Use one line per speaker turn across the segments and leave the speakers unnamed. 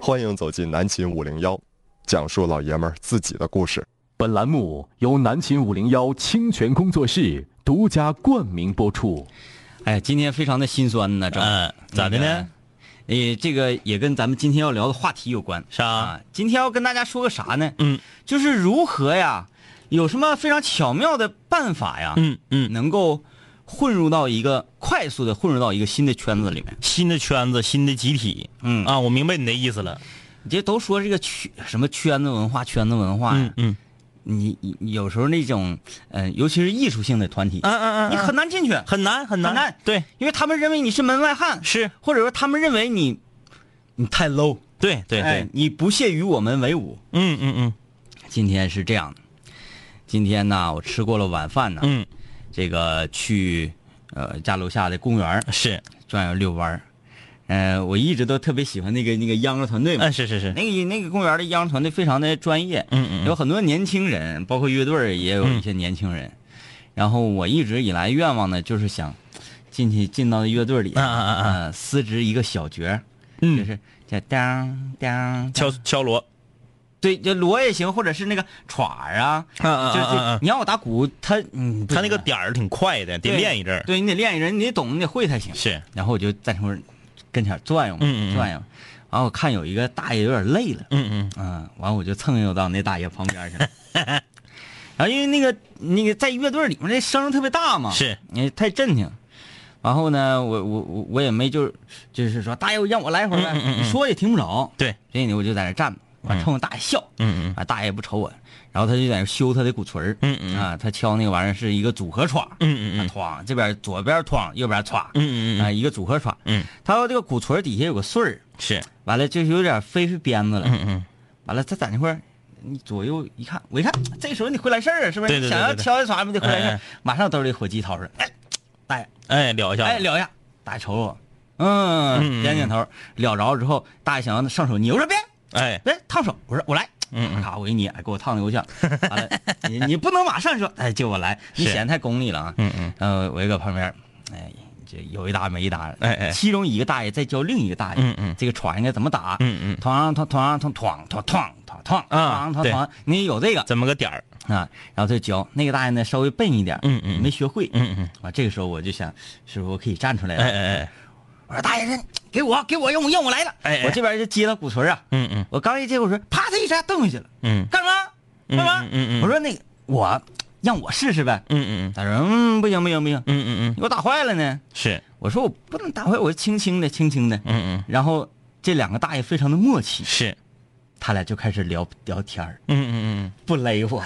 欢迎走进南秦五零幺，讲述老爷们儿自己的故事。
本栏目由南秦五零幺清泉工作室独家冠名播出。
哎，今天非常的心酸呢，这、
嗯，咋的呢？
诶，这个也跟咱们今天要聊的话题有关。
啥
啊？今天要跟大家说个啥呢？
嗯，
就是如何呀，有什么非常巧妙的办法呀，
嗯嗯，
能够混入到一个快速的混入到一个新的圈子里面。
新的圈子，新的集体，
嗯
啊，我明白你的意思了。
你这都说这个圈什么圈子文化，圈子文化呀
嗯，嗯
你你你有时候那种，嗯，尤其是艺术性的团体，
嗯嗯嗯，
你很难进去，
很难很难
很难
对
因为他们认为你是门外汉，
是，
或者说他们认为你你太 low，
对对
哎
对，，
你不屑与我们为伍。
嗯嗯嗯
今天是这样的，今天呢，我吃过了晚饭呢，
嗯，
这个去呃家楼下的公园儿
是，
转悠遛弯儿，呃，我一直都特别喜欢那个那个秧歌团队嘛，
嗯是是是，
那个那个公园的秧歌团队非常的专业，
嗯嗯嗯
有很多年轻人，包括乐队儿也有一些年轻人，然后我一直以来愿望呢，就是想进去进到乐队里，
啊啊啊啊
呃，司职一个小角儿，就
嗯，
是叫当当，
敲敲锣，
对，就锣也行，或者是那个镲儿啊。
啊啊
就是这你让我打鼓，他嗯，不
他那个
行
点儿挺快的，得
对
练一阵儿。
对你得练一阵，你得懂，你得会才行。
是，
然后我就在那会儿跟前儿转悠嘛，
嗯嗯嗯
转悠，然后我看有一个大爷有点累了，
嗯嗯
嗯，完我就蹭悠到那大爷旁边去 了。然后因为那个那个在乐队里面那声儿特别大嘛，
是，
你太震听。然后呢，我我我我也没就是就是说大爷让我来一会儿呗，
嗯嗯嗯嗯
你说也听不着，
对，
所以呢我就在那站着，完冲着大爷笑，
嗯
啊，大爷也不瞅我，然后他就在那修他的鼓槌儿，
嗯嗯嗯
啊，他敲那个玩意儿是一个组合歘，
嗯嗯
啊，歘，这边左边歘，右边歘，
嗯嗯嗯
啊，一个组合歘，
嗯，
他说这个鼓槌儿底下有个穗儿，
是，
完了就是有点飞出鞭子了，
嗯嗯
完了他在那块儿，你左右一看，我一看这时候你会来事儿啊，是不是？
对对对
想要
对对
敲一歘，不得会来事儿，
哎哎
马上兜里火机掏出来，哎，大爷，
哎，聊一下，
哎，，撩一下，大爷瞅我，嗯，
嗯嗯
点点头，撩着之后，大爷想让他上手捏，我说别。
哎，
哎，烫手，我说我来，
嗯嗯
咔，我一捏，哎给我烫的够呛。完了，你你不能马上说，哎，就我来，你
是
显得太功利了啊。
嗯嗯，
呃，我就搁旁边，哎，这有一搭没一搭的，
哎哎
其中一个大爷在教另一个大爷，
嗯嗯
这个床应该怎么打，啊
嗯嗯
团团团团团团团团团
啊
团
对
团，你有这个
怎么个点儿？
啊，然后他就教那个大爷呢，稍微笨一点，
嗯嗯
没学会，
嗯嗯，
啊，这个时候我就想，是不是我可以站出来了？
哎哎哎，
我说大爷，这给我给我，让我让我来了，
哎哎
我这边就接他鼓槌啊，
嗯嗯
我刚一接鼓槌，啪的一下蹬下去了。
嗯
干嘛？
嗯
干嘛？
嗯嗯嗯
我说那个我让我试试呗。
嗯嗯
他说嗯不行不行不行，
嗯嗯嗯，
给我打坏了呢。
是，
我说我不能打坏，我轻轻的轻轻的。
嗯嗯
然后这两个大爷非常的默契，
是，
他俩就开始聊聊天儿
嗯嗯
不勒 我，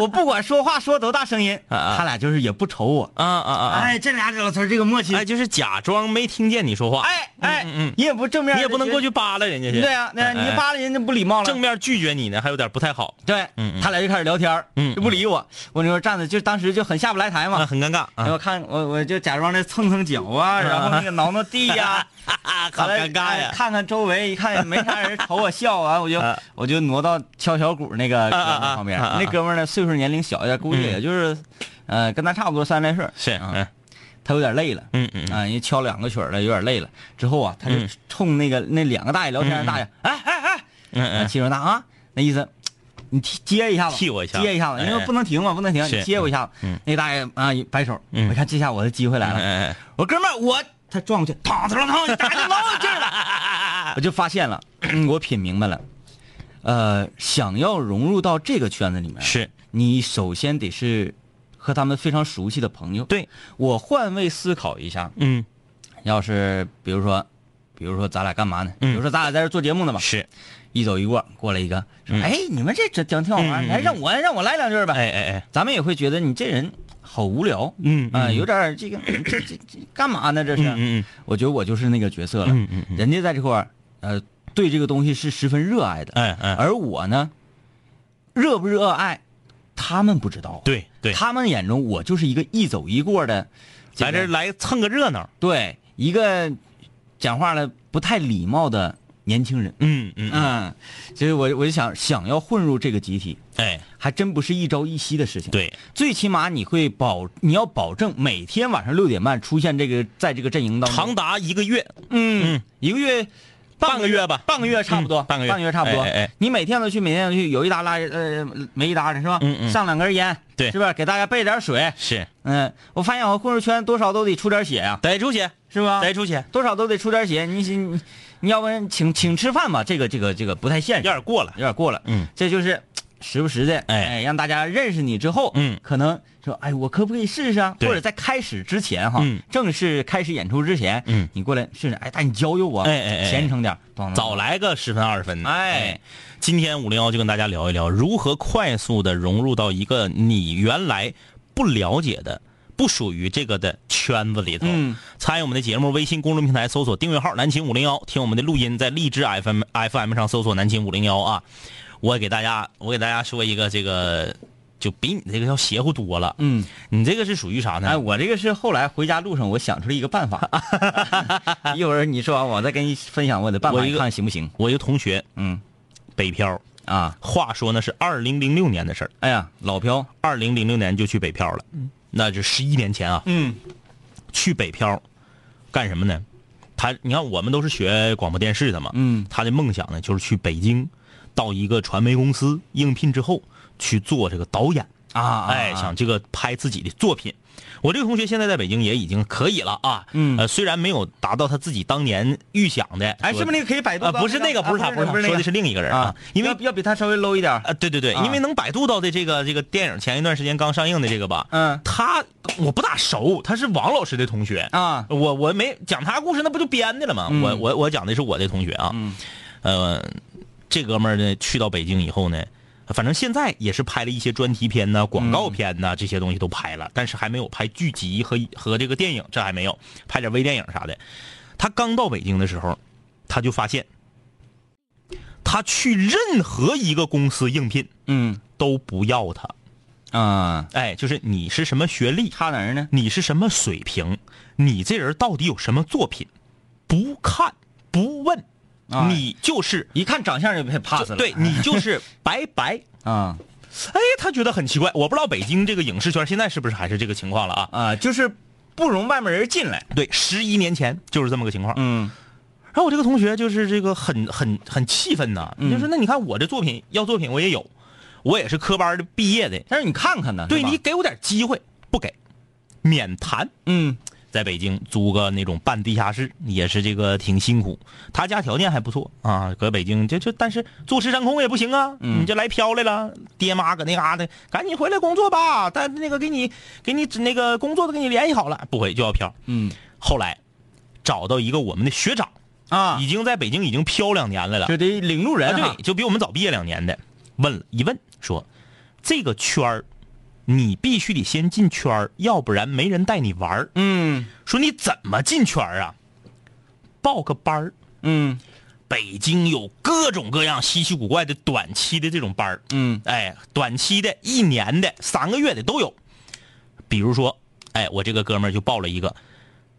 我不管说话说多大声音，
啊啊
他俩就是也不瞅我。
嗯，啊啊啊，
哎，这俩老头儿这个默契，
哎，就是假装没听见你说话，
哎哎
嗯嗯，
你也不正面，
你也不能过去。扒拉人家去，
对啊，那
哎
你
哎
扒拉人家不礼貌了。
正面拒绝你呢，还有点不太好，
对
嗯嗯，
他俩就开始聊天儿
嗯
就不理我。我那时候站着就当时就很下不来台嘛
啊，，很尴尬
然
啊，
后看我我就假装的蹭蹭脚啊，然后那个挠挠地呀、
啊，
完
好
了
尴尬
哎
呀，
看看周围，一看也没啥人瞅我笑啊，我就
啊
我就挪到敲小鼓那个哥们儿旁边。
啊啊啊啊嗯
那哥们儿呢，岁数年龄小一点，估计也就是，呃，跟咱差不多三十来岁儿。
是，嗯
啊，他有点累了。
嗯嗯嗯
啊，人家敲两个曲儿了，有点累了。之后啊，他就
嗯
冲那个那两个大爷聊天的大爷，哎哎哎，啊，
嗯
气势大啊，那意思，你踢接一下子，
踢我一下
接一下子，
哎
因为不能停嘛，不能停，
是
你接我一下子。
嗯
那大爷啊，摆手，
嗯
我看这下我的机会来了。
嗯，
我哥们儿，我他撞过去，嘡嘡嘡嘡，打的老有劲儿了。 我就发现了，我品明白了，呃，想要融入到这个圈子里面，
是，
你首先得是和他们非常熟悉的朋友。
对，
我换位思考一下，
嗯
要是比如说，比如说咱俩干嘛呢？
嗯
比如说咱俩在这做节目呢吧，
是，
一走一过过来一个，说
嗯
哎，你们这这讲挺好玩，
嗯嗯
你还让我让我来两句吧。
哎哎哎，
咱们也会觉得你这人好无聊，
嗯
啊，
嗯
有点儿这个 这这这干嘛呢？这是，
嗯嗯
我觉得我就是那个角色了。
嗯嗯嗯
人家在这块儿，呃，对这个东西是十分热爱的，
哎哎
而我呢，热不热爱，他们不知道。，啊
对对，
他们眼中我就是一个一走一过的，
来这儿来蹭个热闹，
对一个讲话了不太礼貌的年轻人。
嗯嗯嗯，
嗯，所以我我就想想要混入这个集体，
哎，
还真不是一朝一夕的事情。
对，
最起码你会保，你要保证每天晚上六点半出现这个，在这个阵营当中，
长达一个月，
嗯，一个月，
半个月吧
半个月差不多，
嗯半个月
差不多。
哎哎哎
你每天都去，每天都去，有一搭拉呃没一搭的是吧？
嗯嗯
上两根烟，
对
是不是？给大家备点水。
是
嗯，我发现我混入圈多少都得出点血呀、
得出血，
是吧？
得出血，
多少都得出点血。你你你要不然请请吃饭吧，这个这个这个不太现实，
有点过了
有。点过了。
嗯，
这就是时不时的，
哎
哎，让大家认识你之后，
嗯
可能说，哎，我可不可以试试啊？
对
或者在开始之前哈，
嗯
正式开始演出之前，
嗯
你过来试试，哎，但你教教我，
哎哎哎
虔诚点，懂了
早，来个十分二十分的。
嗯哎，
今天五零幺就跟大家聊一聊如何快速的融入到一个你原来不了解的、不属于这个的圈子里头。
嗯
参与我们的节目，微信公众平台搜索订阅号“南秦五零幺”，听我们的录音，在荔枝 FM FM 上搜索“南秦五零幺”啊。我给大家，我给大家说一个这个，就比你这个要邪乎多了。
嗯，
你这个是属于啥呢？
哎，我这个是后来回家路上我想出了一个办 法，一会儿你说完我再跟你分享我的办法，
我一
你
个
看行不行？
我一个同学，
嗯
北漂，
啊，
话说呢是二零零六年的事儿。
哎呀，老飘，
二零零六年就去北漂了，那就十一年前啊。
嗯
去北漂干什么呢？他，你看我们都是学广播电视的嘛，
嗯，
他的梦想呢就是去北京，到一个传媒公司应聘之后去做这个导演，
啊，
哎，
啊
想这个拍自己的作品。我这个同学现在在北京也已经可以了啊，
嗯
呃，虽然没有达到他自己当年预想的，
哎，是不是那个可以百度
啊、
到
不是那个，不是他，
啊
不
不
是
是
他，
不是那
说的
个
是另一个人
啊
啊，，因为
要要比他稍微 low 一点儿，
啊，对对对，
啊
因为能百度到的这个这个电影，前一段时间刚上映的这个吧，
嗯
他我不大熟，他是王老师的同学
啊
我我没讲他故事，那不就编的了吗？
嗯
我我我讲的是我的同学啊，
嗯
呃，这哥们儿呢去到北京以后呢，反正现在也是拍了一些专题片呐、广
嗯
告片呐、这些东西都拍了，但是还没有拍剧集和和这个电影，这还没有拍点微电影啥的。他刚到北京的时候，他就发现，他去任何一个公司应聘
嗯
都不要他。
啊，
哎，就是你是什么学历，
差哪儿呢？
你是什么水平，你这人到底有什么作品，不看不问，
哎
你就是
一看长相就被 pass
就
了。
对你就是白白。
啊
哎，他觉得很奇怪，我不知道北京这个影视圈现在是不是还是这个情况了啊？
啊，就是不容外面人进来。
对，十一年前就是这么个情况。
嗯
然后我这个同学就是这个很很很气愤呐，
嗯
就说那你看我这作品要作品我也有，我也是科班的毕业的，
但是你看看呢，
对
是吧
你给我点机会不给，免谈。
嗯
在北京租个那种半地下室，也是这个挺辛苦。他家条件还不错啊，搁北京这这，但是坐吃山空也不行啊。
嗯
你这来飘来了，爹妈搁那嘎达，赶紧回来工作吧。但那个给你给你指那个工作都给你联系好了，不回就要飘。
嗯
后来找到一个我们的学长，
啊
已，经在北京已经飘两年来了，
就得领路人
啊
哈
对，就比我们早毕业两年的，问了一问说，这个圈儿你必须得先进圈儿，要不然没人带你玩儿。
嗯
说你怎么进圈儿啊？报个班儿，
嗯
北京有各种各样稀奇古怪的短期的这种班儿，
嗯
哎，短期的、一年的、三个月的都有。比如说，哎，我这个哥们儿就报了一个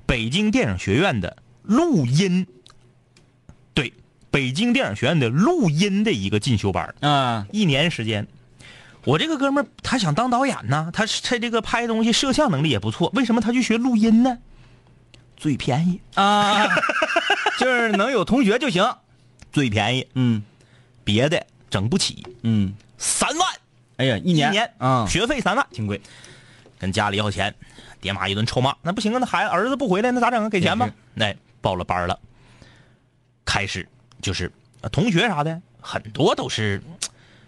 北京电影学院的录音，对，北京电影学院的录音的一个进修班儿，
啊
一年时间。我这个哥们儿他想当导演呢，他是他这个拍东西摄像能力也不错，为什么他去学录音呢？最便宜，
啊，就是能有同学就行。
最便宜，
嗯
别的整不起，
嗯，
三万
哎呀，一
一
年
年
啊，
学费三万，挺贵，跟家里要钱，爹妈一顿臭骂，那不行啊，那孩子儿子不回来，那咋整啊？给钱吧
也是，
那、报了班了，开始就是呃同学啥的，很多都是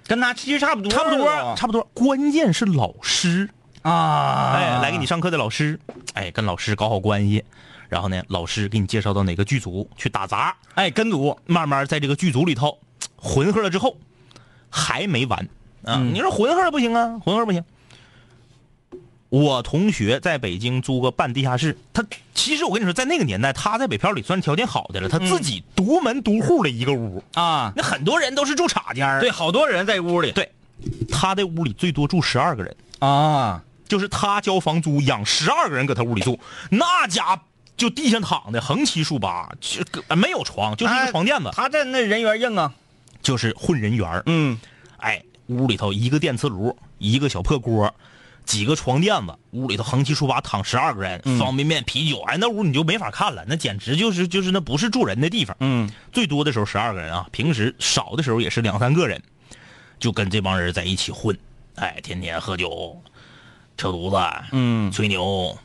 跟他其实差不多，啊
差不多，
了
差不多，关键是老师，
啊，
哎，来给你上课的老师，哎，跟老师搞好关系，然后呢，老师给你介绍到哪个剧组去打杂，
哎跟读
慢慢在这个剧组里头混合了之后，还没完啊！
嗯
你说混合不行啊，混合不行。我同学在北京租个半地下室，他其实我跟你说，在那个年代，他在北漂里算是条件好的
嗯
了，他自己独门独户的一个屋，
啊，
那很多人都是住岔间儿
对，好多人在屋里
对，他的屋里最多住十二个人，
啊，
就是他交房租养十二个人搁他屋里住，那家就地上躺的横七竖八，就没有床，就是一
哎
个床垫子，
他在那人缘硬啊，
就是混人缘儿
嗯
哎，屋里头一个电磁炉，一个小破锅，几个床垫子，屋里头横七竖八躺十二个人，
嗯
方便面、啤酒，哎，那屋你就没法看了，那简直就是就是那不是住人的地方。
嗯，
最多的时候十二个人啊，平时少的时候也是两三个人，就跟这帮人在一起混，哎，天天喝酒、扯犊子，
嗯
吹牛，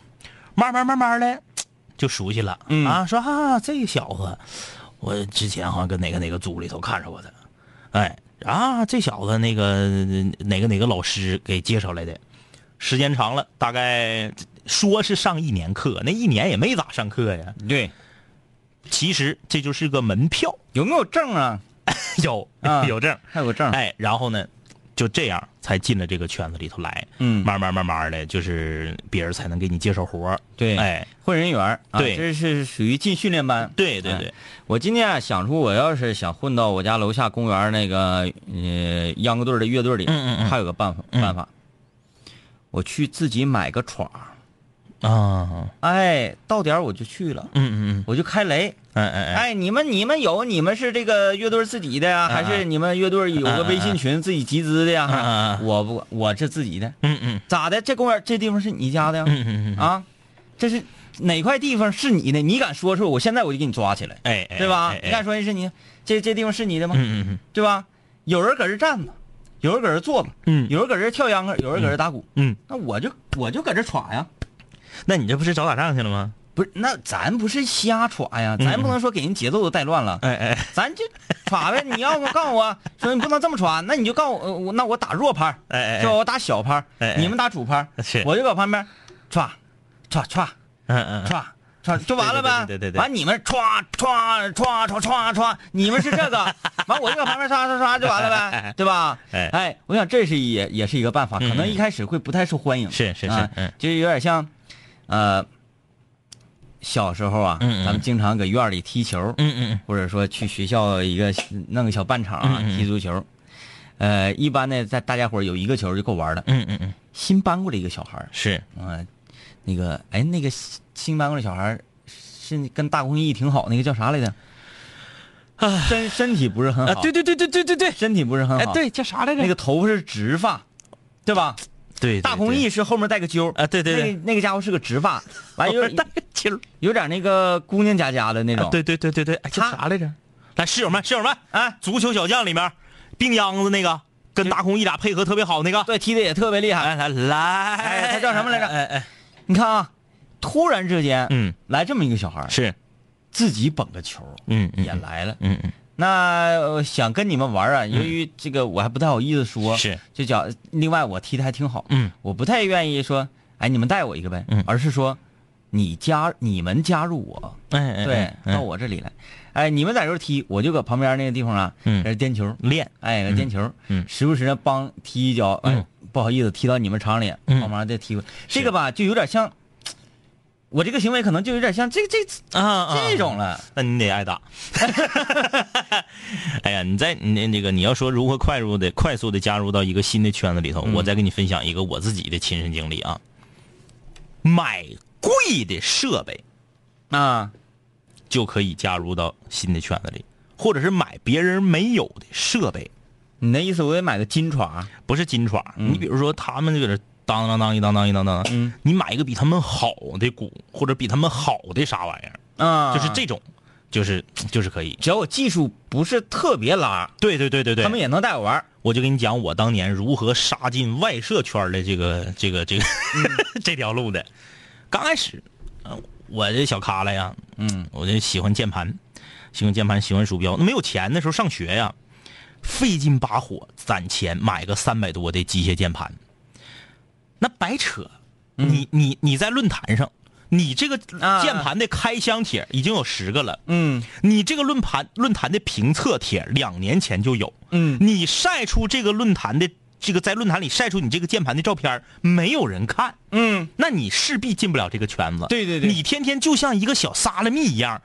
慢慢慢慢的就熟悉了，
嗯
啊，说啊这个小子，我之前好像跟哪个哪个组里头看着过他，哎啊这小子那个哪个哪个老师给介绍来的，时间长了，大概说是上一年课，那一年也没咋上课呀，
对，
其实这就是个门票，
有没有证啊？
有、
啊
有证，
还有个证，
哎，然后呢，就这样才进了这个圈子里头来，
嗯
慢慢慢慢的，就是别人才能给你介绍活儿
对，
哎，
混人缘儿啊，
对
这是属于进训练班。
对对
哎
对，
我今天啊想出，我要是想混到我家楼下公园那个呃秧歌队的乐队里，
嗯嗯嗯
还有个办法、办法，我去自己买个闯儿，
啊，
哎，到点儿我就去了，
嗯嗯
我就开雷。
嗯，哎哎啊哎，
哎，你们你们有你们是这个乐队自己的呀，还是你们乐队
啊
有个微信群自己集资的呀？
嗯嗯嗯
我不，我这自己的，
嗯嗯
咋的？这公园这地方是你家的呀？
嗯嗯嗯，
啊，这是哪块地方是你的？你敢说出来，我现在我就给你抓起来，
哎哎，
对吧？
哎
你敢
哎
说是你这这地方是你的吗？
嗯嗯嗯
对吧？有人搁这站着，有人搁这坐着，
嗯
有人搁这跳秧歌，有人搁这打鼓，
嗯，
那我就我就搁这耍呀。
那你这不是找打仗去了吗？
不是，那咱不是瞎耍呀，
嗯
咱不能说给人节奏都带乱了，
哎哎，
咱就耍 呗。你要不告诉我说你不能这么耍，那你就告诉我呃，我那我打弱拍儿，
哎哎哎
是吧？我打小拍儿，
哎哎
你们打主拍儿，
是
我就搁旁边歘歘歘
嗯嗯，
歘歘就完了呗。
对对对对对
完你们歘歘歘歘歘歘，你们是这个，完我就搁旁边刷刷刷就完了呗，对吧？
哎
哎，我想这是一也也是一个办法，可能
嗯
一开始会不太受欢迎。
是是是
啊
嗯
就是有点像，呃，小时候啊，
嗯嗯
咱们经常搁院里踢球，
嗯嗯
或者说去学校一个弄个小半场啊
嗯嗯
踢足球。呃，一般呢，在大家伙儿有一个球就够玩了。
嗯嗯嗯，
新搬过来一个小孩儿，
是，
啊、那个，哎，那个新新搬过来小孩儿是跟大公益挺好，那个叫啥来着？身身体不是很好，
啊对对对对对对对，
身体不是很好。
哎，对，叫啥来着？
那个头发是直发，对吧？
对，
大公益是后面带个揪儿
啊对对对
那个那个家伙是个直 发，完有
带个劲儿，
有点那个姑娘家家的那种。
对对对对对，哎，叫啥来着？来，室友们，室友们，
哎
足球小将里面，病秧子那个跟大空翼俩配合特别好那个，
对，踢的也特别厉害。
哎来来来，
哎，他叫什么来着？
哎哎，
你看啊，突然之间，
嗯，
来这么一个小孩儿，
是，
自己捧个球儿
嗯嗯
也来了。
嗯嗯，
那呃想跟你们玩啊，由于这个我还不太好意思说，
是
就讲另外我踢的还挺好，
嗯，
我不太愿意说，哎，你们带我一个呗，
嗯
而是说你加你们加入我，
哎哎，
对，到我这里来，哎，你们在这儿踢，我就搁旁边那个地方啊，
嗯
在这颠球，
练，
哎，搁这颠球，
嗯
时不时的帮踢一脚，哎
嗯，
不好意思，踢到你们场里，
嗯
帮忙再踢回，这个吧，就有点像，我这个行为可能就有点像这这
啊
这种了，
那你得挨打。哎呀，你在你那个你要说如何快速的快速的加入到一个新的圈子里头，我再给你分享一个我自己的亲身经历啊。买贵的设备
啊，
就可以加入到新的圈子里，或者是买别人没有的设备，
你那意思我得买个金床，
不是金爪。你比如说他们就搁这当当当一当当一当当，你买一个比他们好的鼓，或者比他们好的啥玩意儿，
啊，
就是这种，就是就是可以。
只要我技术不是特别拉，
对对对对对，
他们也能带我玩儿。
我就跟你讲我当年如何杀进外社圈的这个这个这个、
嗯
这条路的。刚开始，呃我这小咖了呀，
嗯，
我就喜欢键盘，喜欢键盘，喜欢鼠标。那没有钱那时候上学呀，费劲巴火攒钱买个三百多的机械键盘，那白扯。你你你在论坛上，你这个
嗯啊
键盘的开箱帖已经有十个了，
嗯
你这个论坛论坛的评测帖两年前就有，
嗯，
你晒出这个论坛的这个在论坛里晒出你这个键盘的照片儿，没有人看，
嗯，
那你势必进不了这个圈子。
对对对
你天天就像一个小撒拉蜜一样，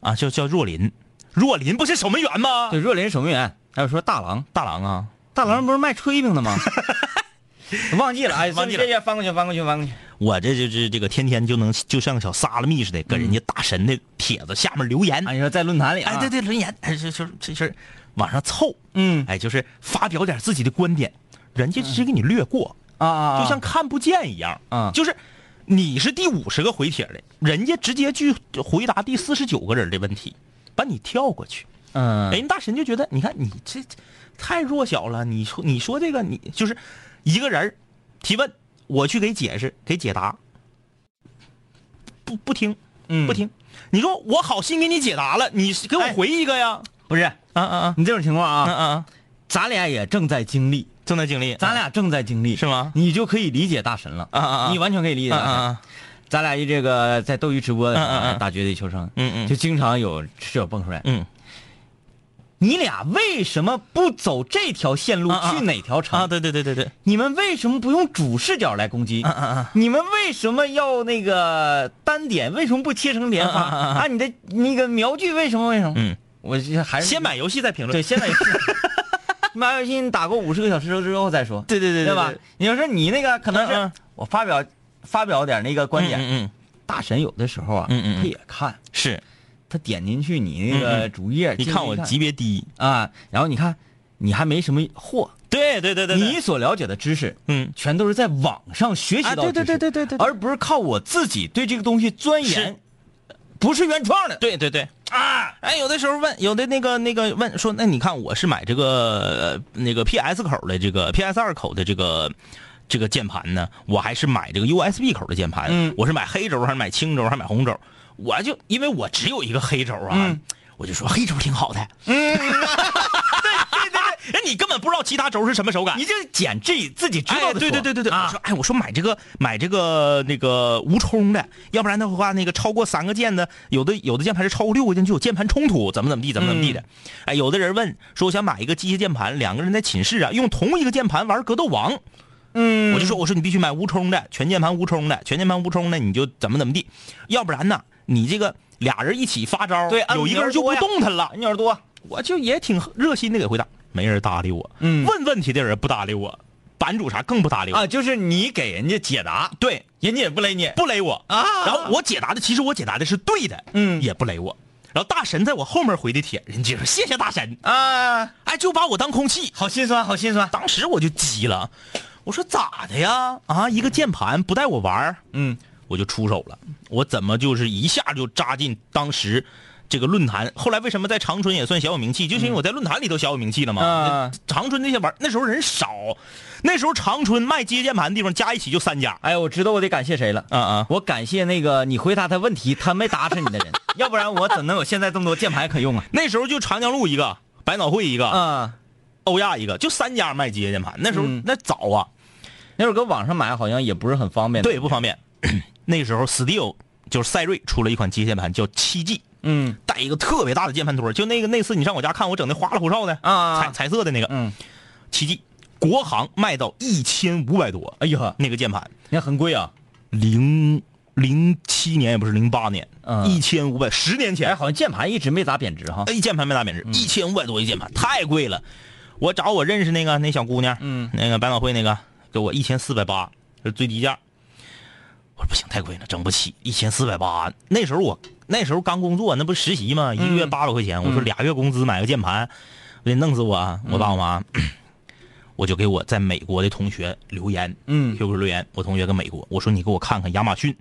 啊，叫叫若琳，若琳不是守门员吗
对，？若林守门员，还有说大郎，
大郎啊，
大郎不是卖炊饼的 吗？忘记了，哎，
忘记了
这这翻过去，翻过去，翻过去。
我这就是这个天天就能就像个小撒拉蜜似的，搁
嗯
人家大神的帖子下面留言，
啊，你说在论坛里啊？
哎，对，对，轮言，哎，这就是这事儿往上凑，
嗯
哎，就是发表点自己的观点，人家只是给你略过，
啊啊啊
就像看不见一样。
啊
就是你是第五十个回帖的，人家直接去回答第四十九个人的问题，把你跳过去。哎
嗯，
人、家大神就觉得，你看你这这太弱小了。你说你说这个，你就是一个人儿提问，我去给解释给解答，不不听，
嗯
不听。你说我好心给你解答了，你给我
哎
回一个呀？
不是
啊啊啊！
你这种情况
嗯
啊，
嗯嗯，
咱俩也正在经历，
正在经历，
咱俩正在经历，
是吗
你就可以理解大神了
啊啊啊
你完全可以理解
嗯
大神。
嗯
咱俩一这个在斗鱼直播的时候啊
嗯嗯嗯
打绝地求生，
嗯嗯
就经常有室友蹦出来，
嗯
你俩为什么不走这条线路
嗯嗯嗯
去哪条
嗯
长？
啊，对对对对对，
你们为什么不用主视角来攻击？
嗯嗯嗯
你们为什么要那个单点？为什么不切成连发？
嗯嗯嗯嗯
啊，你的那个瞄具为什么？为什么？
嗯，
我这还是
先买游戏再评论
对，。先买游戏。买游戏你打过五十个小时之后再说，
对对对对
对吧
对？
你要说你那个可能
嗯
是
嗯
我发表发表点那个观点，
嗯嗯，
大神有的时候啊，
嗯嗯嗯
他也看，
是
他点进去你那
嗯
个
嗯
主页，
你
进去
看我级别低，
啊，然后你看你还没什么货，
对对对对，对
你所了解的知识，
嗯
全都是在网上学习
啊
到的
对对
知识，
对对对对对
而不是靠我自己对这个东西钻
是
研，不是原创的，
对对对。
啊，
哎，有的时候问，有的那个那个问说，那你看我是买这个、呃那个 PS 口的这个 PS 二口的这个这个键盘呢，我还是买这个 USB 口的键盘？
嗯
我是买黑轴还是买青轴还是买红轴？我就因为我只有一个黑轴啊，
嗯
我就说黑轴挺好的。嗯， 对对对 对，哎，你根本不知道其他轴是什么手感。
你就捡自己自己知道
哎、
的说、
对对对对对，我
啊
说，哎，我说买这个买这个那个无冲的，要不然的话，那个超过三个键的，有的有的键盘是超过六个键就有键盘冲突，怎么怎么地，怎么怎么地
嗯
的。哎，有的人问说，我想买一个机械键盘，两个人在寝室啊，用同一个键盘玩格斗王。嗯，我就说，我说你必须买无冲的，全键盘无冲的，全键盘无冲的，你就怎么怎么地，要不然呢，你这个俩人一起发招，
对
有一个人就不
按钮多呀
动弹了。
鸟多，
我就也挺热心的给回答，没人搭理我。
嗯
问问题的人不搭理我，版主啥更不搭理我。
啊，就是你给人家解答，
对，
人家也不勒你。
不勒我
啊
然后我解答的，其实我解答的是对的，
嗯
也不勒我。然后大神在我后面回的帖，人家说谢谢大神，
啊，
哎，就把我当空气。
好心酸，好心酸。
当时我就急了，我说咋的呀？啊，一个键盘不带我玩儿
嗯，
我就出手了。我怎么就是一下就扎进当时这个论坛？后来为什么在长春也算小有名气？就是因为我在论坛里头小有名气了嘛。
啊
长春那些玩那时候人少，那时候长春卖机械键盘的地方加一起就三家。
哎，我知道我得感谢谁了。
啊啊！
我感谢那个你回答他问题，他没答是你的 人，要不然我怎能有现在这么多键盘可用啊？
那时候就长江路一个，百脑汇一个，
啊，
欧亚一个，就三家卖机械键盘。那时候、
嗯
那早啊，
那会儿搁网上买好像也不是很方便。
对，不方便。那时候 Steel 就是赛睿出了一款机械键盘叫七 G，
嗯
带一个特别大的键盘托，就那个那次你上我家看我整那花里胡哨的
啊啊啊
彩彩色的那个
嗯，
七 G，国行卖到一千五百多
哎呀，
那个键盘，
那很贵啊。
零零七年也不是零八年
嗯，
一千五百十年前
哎，好像键盘一直没咋贬值哈。
一键盘没打贬
嗯
值，一千五百多一键盘，太贵了。我找我认识那个那小姑娘，
嗯，
那个百脑汇那个，给我一千四百八，是最低价。我说不行，太贵了，整不起，一千四百八。那时候我那时候刚工作，那不实习嘛，一个月
嗯
八百块钱，我说俩月工资买个键盘，我得弄死我啊，我爸我妈。
嗯
我就给我在美国的同学留言，
嗯
，QQ 留言，我同学跟美国，我说你给我看看亚马逊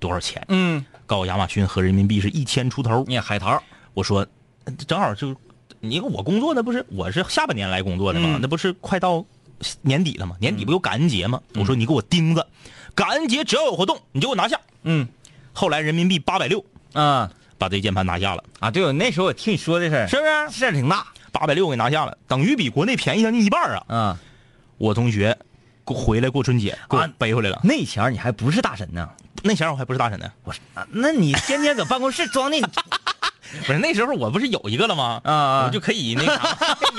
多少钱，
嗯，
告诉我亚马逊合人民币是一千出头，
你也海淘，
我说，呃正好就你我工作那不是我是下半年来工作的嘛，
嗯
那不是快到年底了嘛，年底不有感恩节嘛？我说你给我钉子，感恩节只要有活动你就给我拿下。
嗯
后来人民币八百六
啊
把这键盘拿下了，
啊，对，我那时候我听你说这事儿，
是不是？啊
事儿挺大
八百六给拿下了，等于比国内便宜将近一半啊！
啊。
我同学给我回来过春节给我
啊
背回来了，
那前儿你还不是大神呢，
那前儿我还不是大神呢，
我说、啊那你天天搁办公室装 那
不是那时候我不是有一个了吗？
啊啊
我就可以那啥，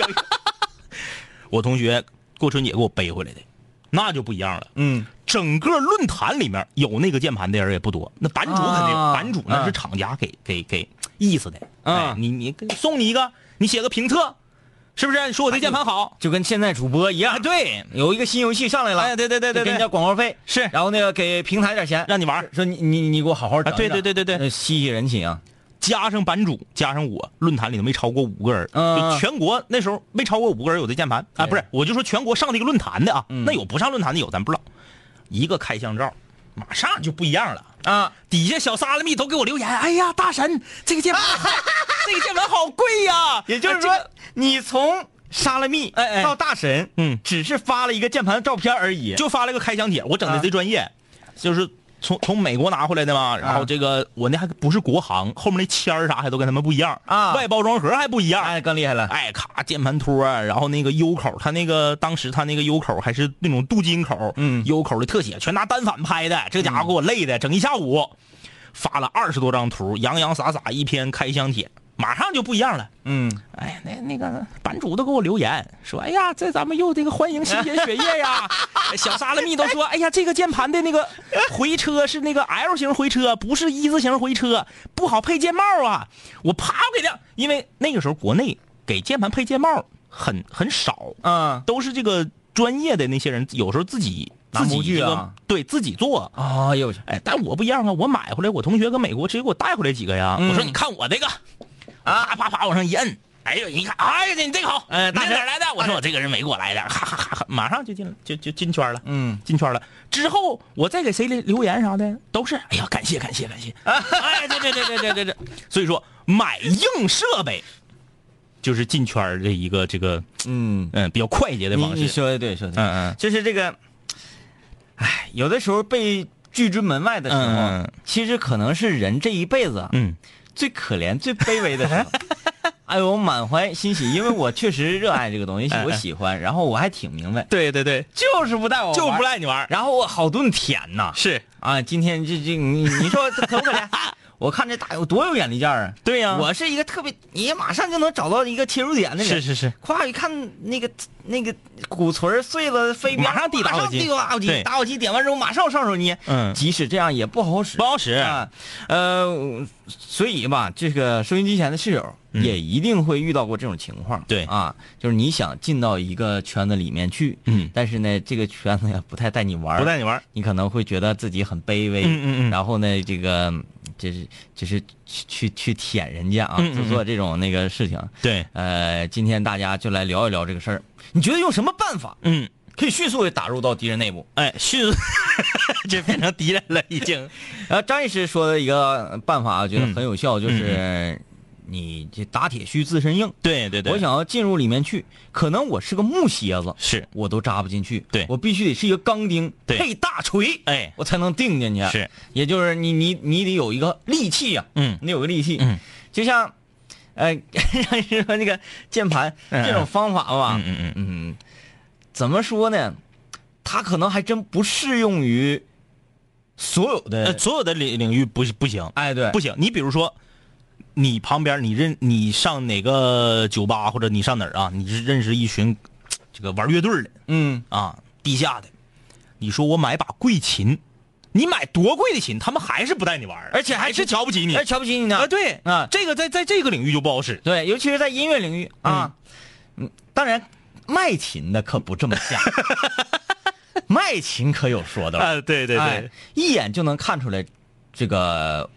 我同学过春节给我背回来的，那就不一样了。
嗯
整个论坛里面有那个键盘的人也不多，那版主肯定，
啊
版主那是厂家给、给给意思的。
啊
哎，你你送你一个，你写个评测，是不是？你说我这键盘好，
就跟现在主播一样，
哎，对，
有一个新游戏上来了，
哎对对对对
就给人
对
家广告费
是
然后那个给平台点钱，
让你玩儿。
说你你你给我好好整
啊
整
对对对对对
呃吸吸人气啊，
加上版主，加上我，论坛里头没超过五个人，
嗯
就全国那时候没超过五个人有的键盘啊，不是，我就说全国上这个论坛的啊，那有不上论坛的有，咱不知道。一个开箱照，马上就不一样了啊！底下小沙拉蜜都给我留言，哎呀，大神，这个 键盘，这个键盘好贵呀！
也就是说，
啊这个
你从沙拉蜜
哎哎
到大神，
嗯
只是发了一个键盘的照片而已。
就发了个开箱帖，我整的贼专
啊
业，就是从从美国拿回来的嘛。然后这个、我那还不是国行，后面那签儿啥还都跟他们不一样
啊
外包装盒还不一样。
哎，更厉害了，
哎，咔，键盘托儿，啊然后那个 U 口，他那个当时他那个 U 口还是那种镀金口，
嗯
，U 口的特写全拿单反拍的，这家伙给我累的，整一下午，发了二十多张图，洋洋洒洒一篇开箱帖，马上就不一样了。
嗯，
哎呀，那那个版主都给我留言说，哎呀，这咱们又这个欢迎新鲜血液 呀，小沙拉蜜都说，哎呀，这个键盘的那个回车是那个 L 型回车，不是一字型回车，不好配键帽啊。我啪，我给他，因为那个时候国内给键盘配键帽很很少，
啊
都是这个专业的那些人，有时候自己
拿
自己
模具
这个
啊
对自己做，
哎呦我去
哎，但我不一样啊，我买回来，我同学搁美国直接给我带回来几个呀。
嗯
我说你看我这个，
啊
啪啪啪往上一摁，哎呦，你看，哎呀，你这个好，
哎
你
大
这
神
哪儿来的？我说我这个人美国来的，哈哈哈哈，马上就进了，就就进圈了，
嗯，
进圈了。之后我再给谁留留言啥的，都是哎呀，感谢感谢感谢，哎，这这这这这这这，所以说买硬设备。就是进圈儿的一个这个，
嗯，
嗯，比较快捷的
你
方
你
式。
说的对，说的对，
嗯嗯，
就是这个，哎，有的时候被拒之门外的时候，
嗯嗯嗯
其实可能是人这一辈子啊
嗯
最可怜、最卑微的时候。 哎呦，我满怀欣喜，因为我确实热爱这个东西，
哎哎
我喜欢，然后我还挺明白，
对对对，
就是不带我玩，
就不赖你玩儿。
然后我好顿舔呐。
是，
啊，今天这这你你说这可不可 怜？我看这大有多有眼力见儿啊！
对呀
我是一个特别，你马上就能找到一个切入点的人。
是是是，
夸一看那个那个骨髓儿碎了飞边儿，
马上递打火机
马上递打火机，
对
打火机点完之后马上上手捏。
嗯
即使这样也不好使，
不好使
啊。呃，所以吧，这个收音机前的室友
嗯
也一定会遇到过这种情况。
对
啊，就是你想进到一个圈子里面去，
嗯
但是呢，这个圈子呀不太带你玩儿，
不带你玩儿。
你可能会觉得自己很卑微，
嗯嗯嗯
然后呢，这个就是就是去去去舔人家啊，
嗯嗯嗯
就做这种那个事情。
对，
呃，今天大家就来聊一聊这个事儿，你觉得用什么办法
嗯，
可以迅速的打入到敌人内部？
哎，迅速 就变成敌人了，已经。
呃，张医师说的一个办法，我觉得很有效，就
嗯
是你这打铁需自身硬。
对对对，
我想要进入里面去，可能我是个木楔子，
是，
我都扎不进去。
对
我必须得是一个钢钉
对
配大锤，
哎
我才能钉进去。啊
是，
也就是你你你得有一个利器呀、
嗯
你得有个利器。
嗯，
就像，呃， 像你说那个键盘
嗯
这种方法吧，
嗯嗯嗯
嗯怎么说呢？它可能还真不适用于所有的。
呃，所有的领领域不是不行，
哎，对，
不行。你比如说，你旁边你认你上哪个酒吧或者你上哪儿啊，你是认识一群这个玩乐队的
嗯，
啊，地下的。你说我买把贵琴，你买多贵的琴，他们还是不带你玩儿，
而且还
还是瞧不起你。
哎，瞧不起你呢
啊，。对
啊
这个在在这个领域就不好使。
对，尤其是在音乐领域啊，嗯，当然卖琴的可不这么 想，卖琴可有说的了，
啊，对对
哎，一眼就能看出来这个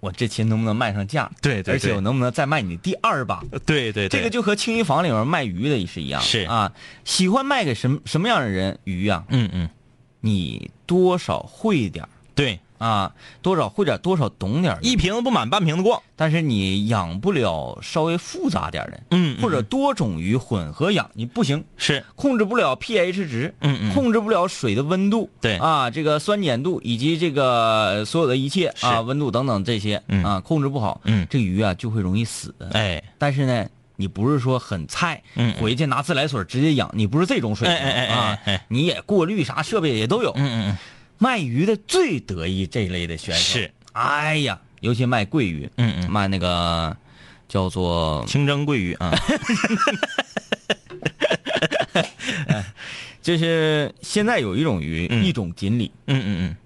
我这琴能不能卖上价，
对对对
而且我能不能再卖你第二把。
对对对，
这个就和青衣坊里面卖鱼的也是一样，
是
啊，喜欢卖给什么什么样的人鱼啊？
嗯嗯，
你多少会点儿
对，
啊，多少会点儿，多少懂点儿
一瓶子不满半瓶子逛。
但是你养不了稍微复杂点儿的，
嗯嗯
或者多种鱼混合养，你不行，
是，
控制不了 pH 值，
嗯嗯
控制不了水的温度，
对
啊，这个酸碱度以及这个呃所有的一切
是
啊，温度等等这些、
嗯
啊，控制不好，
嗯
这鱼啊就会容易死。
哎，
但是呢，你不是说很菜，
嗯嗯
回去拿自来水直接养，你不是这种水平
哎哎哎哎
啊，
哎
你也过滤啥设备也都有，
嗯嗯
卖鱼的最得意这一类的选手
是，
哎呀，尤其卖桂鱼，
嗯嗯
卖那个叫做
嗯，清蒸桂鱼啊，
就是现在有一种鱼，
嗯
一种锦鲤
嗯嗯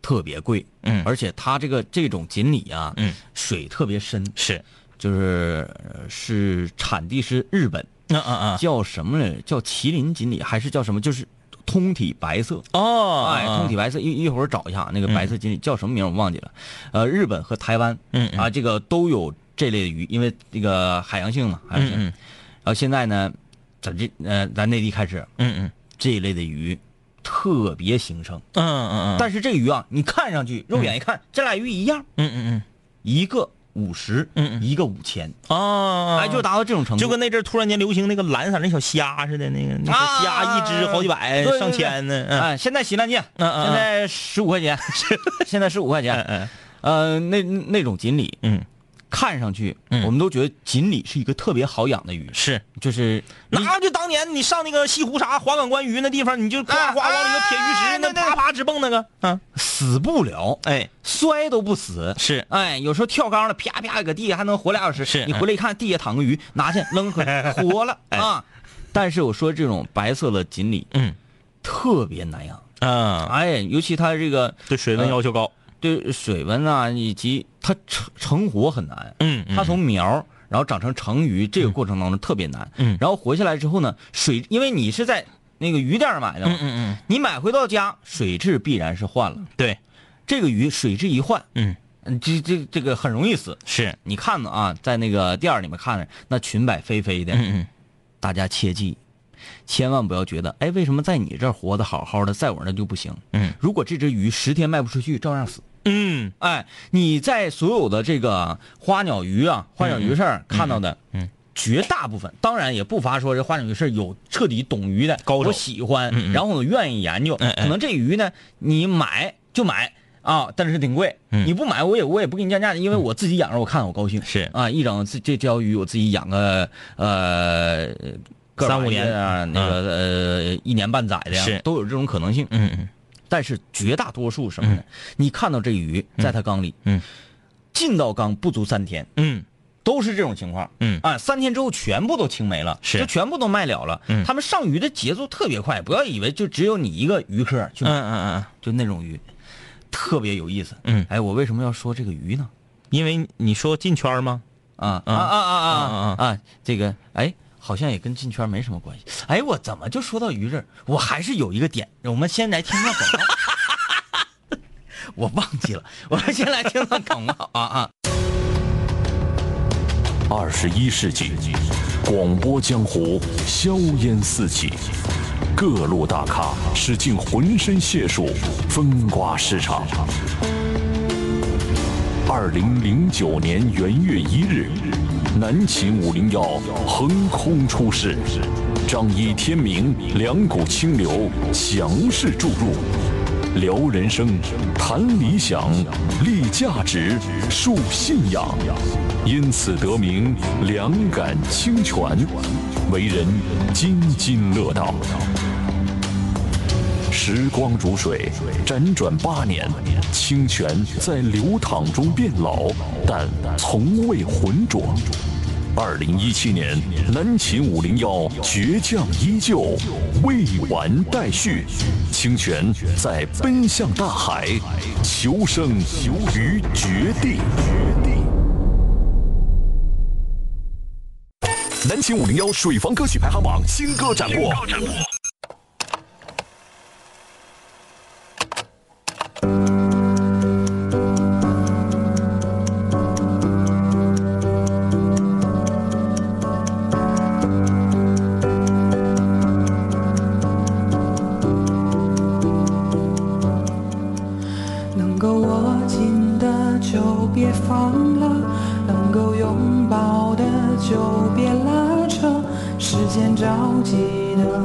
特别贵，
嗯
而且它这个这种锦鲤啊，
嗯，
水特别深，
是，
就是呃是产地是日本，
嗯嗯嗯，
叫什么来着？叫麒麟锦鲤还是叫什么？就是通体白色。
哦，
哎，通体白色一一会儿找一下那个白色锦鲤叫什么名儿我忘记了，呃，日本和台湾，
嗯嗯
啊，这个都有这类的鱼，因为那个海洋性嘛，海洋性。
嗯嗯
然后现在呢，咱这呃，咱内地开始
嗯嗯
这一类的鱼特别兴盛，
嗯嗯嗯，
但是这鱼啊，你看上去肉眼一看，这俩鱼一样，
嗯嗯
一个五十，
嗯嗯
一个五千，
嗯，哦，
哎，就达到这种程度，
就跟那阵儿突然间流行那个蓝色那小虾似的，那个那小虾一只好几百、
对对对
上千呢。嗯
哎，现在洗烂剑，
嗯嗯
现在十五块 钱，现在十五块钱，
嗯
呃，那那种锦鲤，
嗯，
看上去，
嗯
我们都觉得锦鲤是一个特别好养的鱼，
是，
就是
那就当年你上那个西湖啥划港观鱼那地方，你就夸夸往里头撇鱼
哎
食，那啪啪直蹦那个，嗯，
死不了，
哎，
摔都不死。
是，
哎，有时候跳缸了，啪啪搁地下还能活俩小时。
是嗯哎
你回来一看，地下躺个鱼，拿去扔回 来，活了啊！但是我说这种白色的锦鲤
嗯
特别难养，
嗯，
哎，尤其它这个
对水温要求高，
对水温啊，以及它成成活很难。
嗯
它从苗儿然后长成成鱼，这个过程当中特别难。
嗯
然后活下来之后呢，水因为你是在那个鱼店儿买的嘛，
嗯嗯
你买回到家水质必然是换了。
嗯，对，
这个鱼水质一换，
嗯
嗯，这这这个很容易死。
是，
你看着啊，在那个店儿里面看着那裙摆飞飞的，
嗯嗯
大家切记，千万不要觉得，哎，为什么在你这儿活得好好的，在我那就不行？
嗯，
如果这只鱼十天卖不出去，照样死。
嗯
哎，你在所有的这个花鸟鱼啊、花鸟鱼市儿看到的，
嗯嗯
绝大部分，当然也不乏说这花鸟鱼市儿有彻底懂鱼的，
高手
我喜欢，
嗯嗯
然后我愿意研究，
哎哎
可能这鱼呢，你买就买。啊，但是挺贵，
嗯
你不买我也我也不给你降价，因为我自己养着，我看我高兴。
是
啊，一整这这条鱼我自己养个呃个把
三五
月
年嗯
啊，那个呃一年半载的呀，
是
都有这种可能性。
嗯嗯
但是绝大多数什么呢？你看到这鱼在它缸里，
嗯，
进到缸不足三天，
嗯
都是这种情况。
嗯
啊，三天之后全部都清没了，
是
就全部都卖了了。
嗯
他们上鱼的节奏特别快，不要以为就只有你一个鱼客去
嗯
买，
嗯嗯，
就那种鱼，特别有意思。
嗯
哎，我为什么要说这个鱼呢？
因为你说进圈吗？
啊啊
嗯
啊啊
嗯嗯
啊啊啊！这个哎，好像也跟进圈没什么关系。哎，我怎么就说到鱼这儿？我还是有一个点，我们先来听段广告。 我忘记了，我们先来听段广告啊啊！
二十一世纪，广播江湖硝烟四起，各路大咖使尽浑身解数风刮市场。二零零九年元月一日，南秦五零幺横空出世，仗义天明，两股清流强势注入，聊人生，谈理想，立价值，树信仰，因此得名两感清泉，为人津津乐道。时光如水，辗转八年，清泉在流淌中变老，但从未浑浊。二零一七年，南秦五零幺倔强依旧，未完待续。清泉在奔向大海，求生于绝地。南秦五零幺水房歌曲排行榜新歌展播。
能够握紧的就别放了，能够拥抱的就别拉扯。时间着急的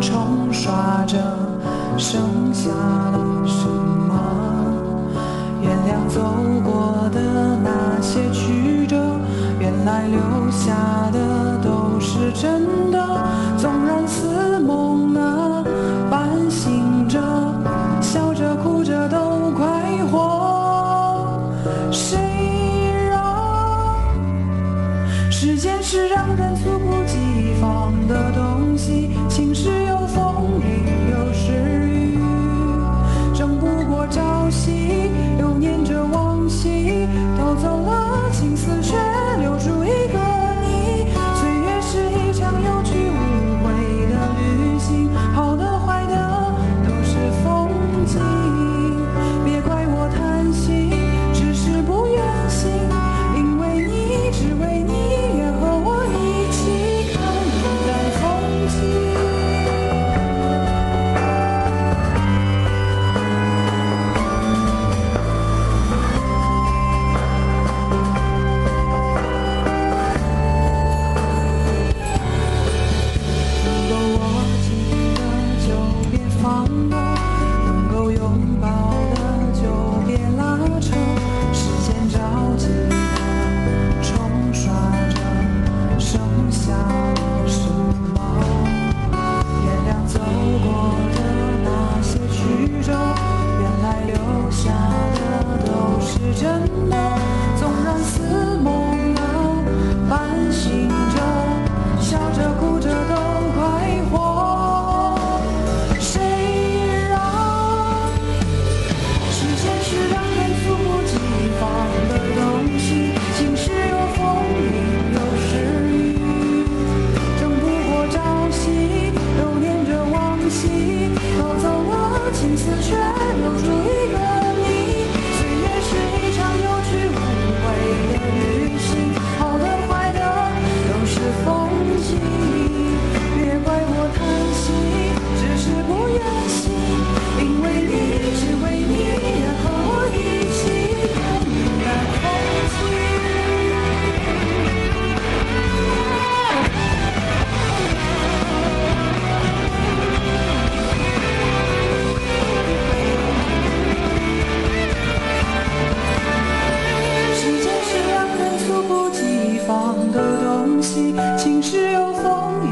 冲刷着，剩下了什么？原谅走过的那些曲折，原来留下的都是真的。纵然似梦啊，半醒着，笑着哭着都快活。谁让时间是让人猝不及防的东西，晴时有风，阴有时雨，争不过朝夕，又念着往昔，偷走了青丝，却留住一个你。岁月是一场有去无回的旅行，好的坏的。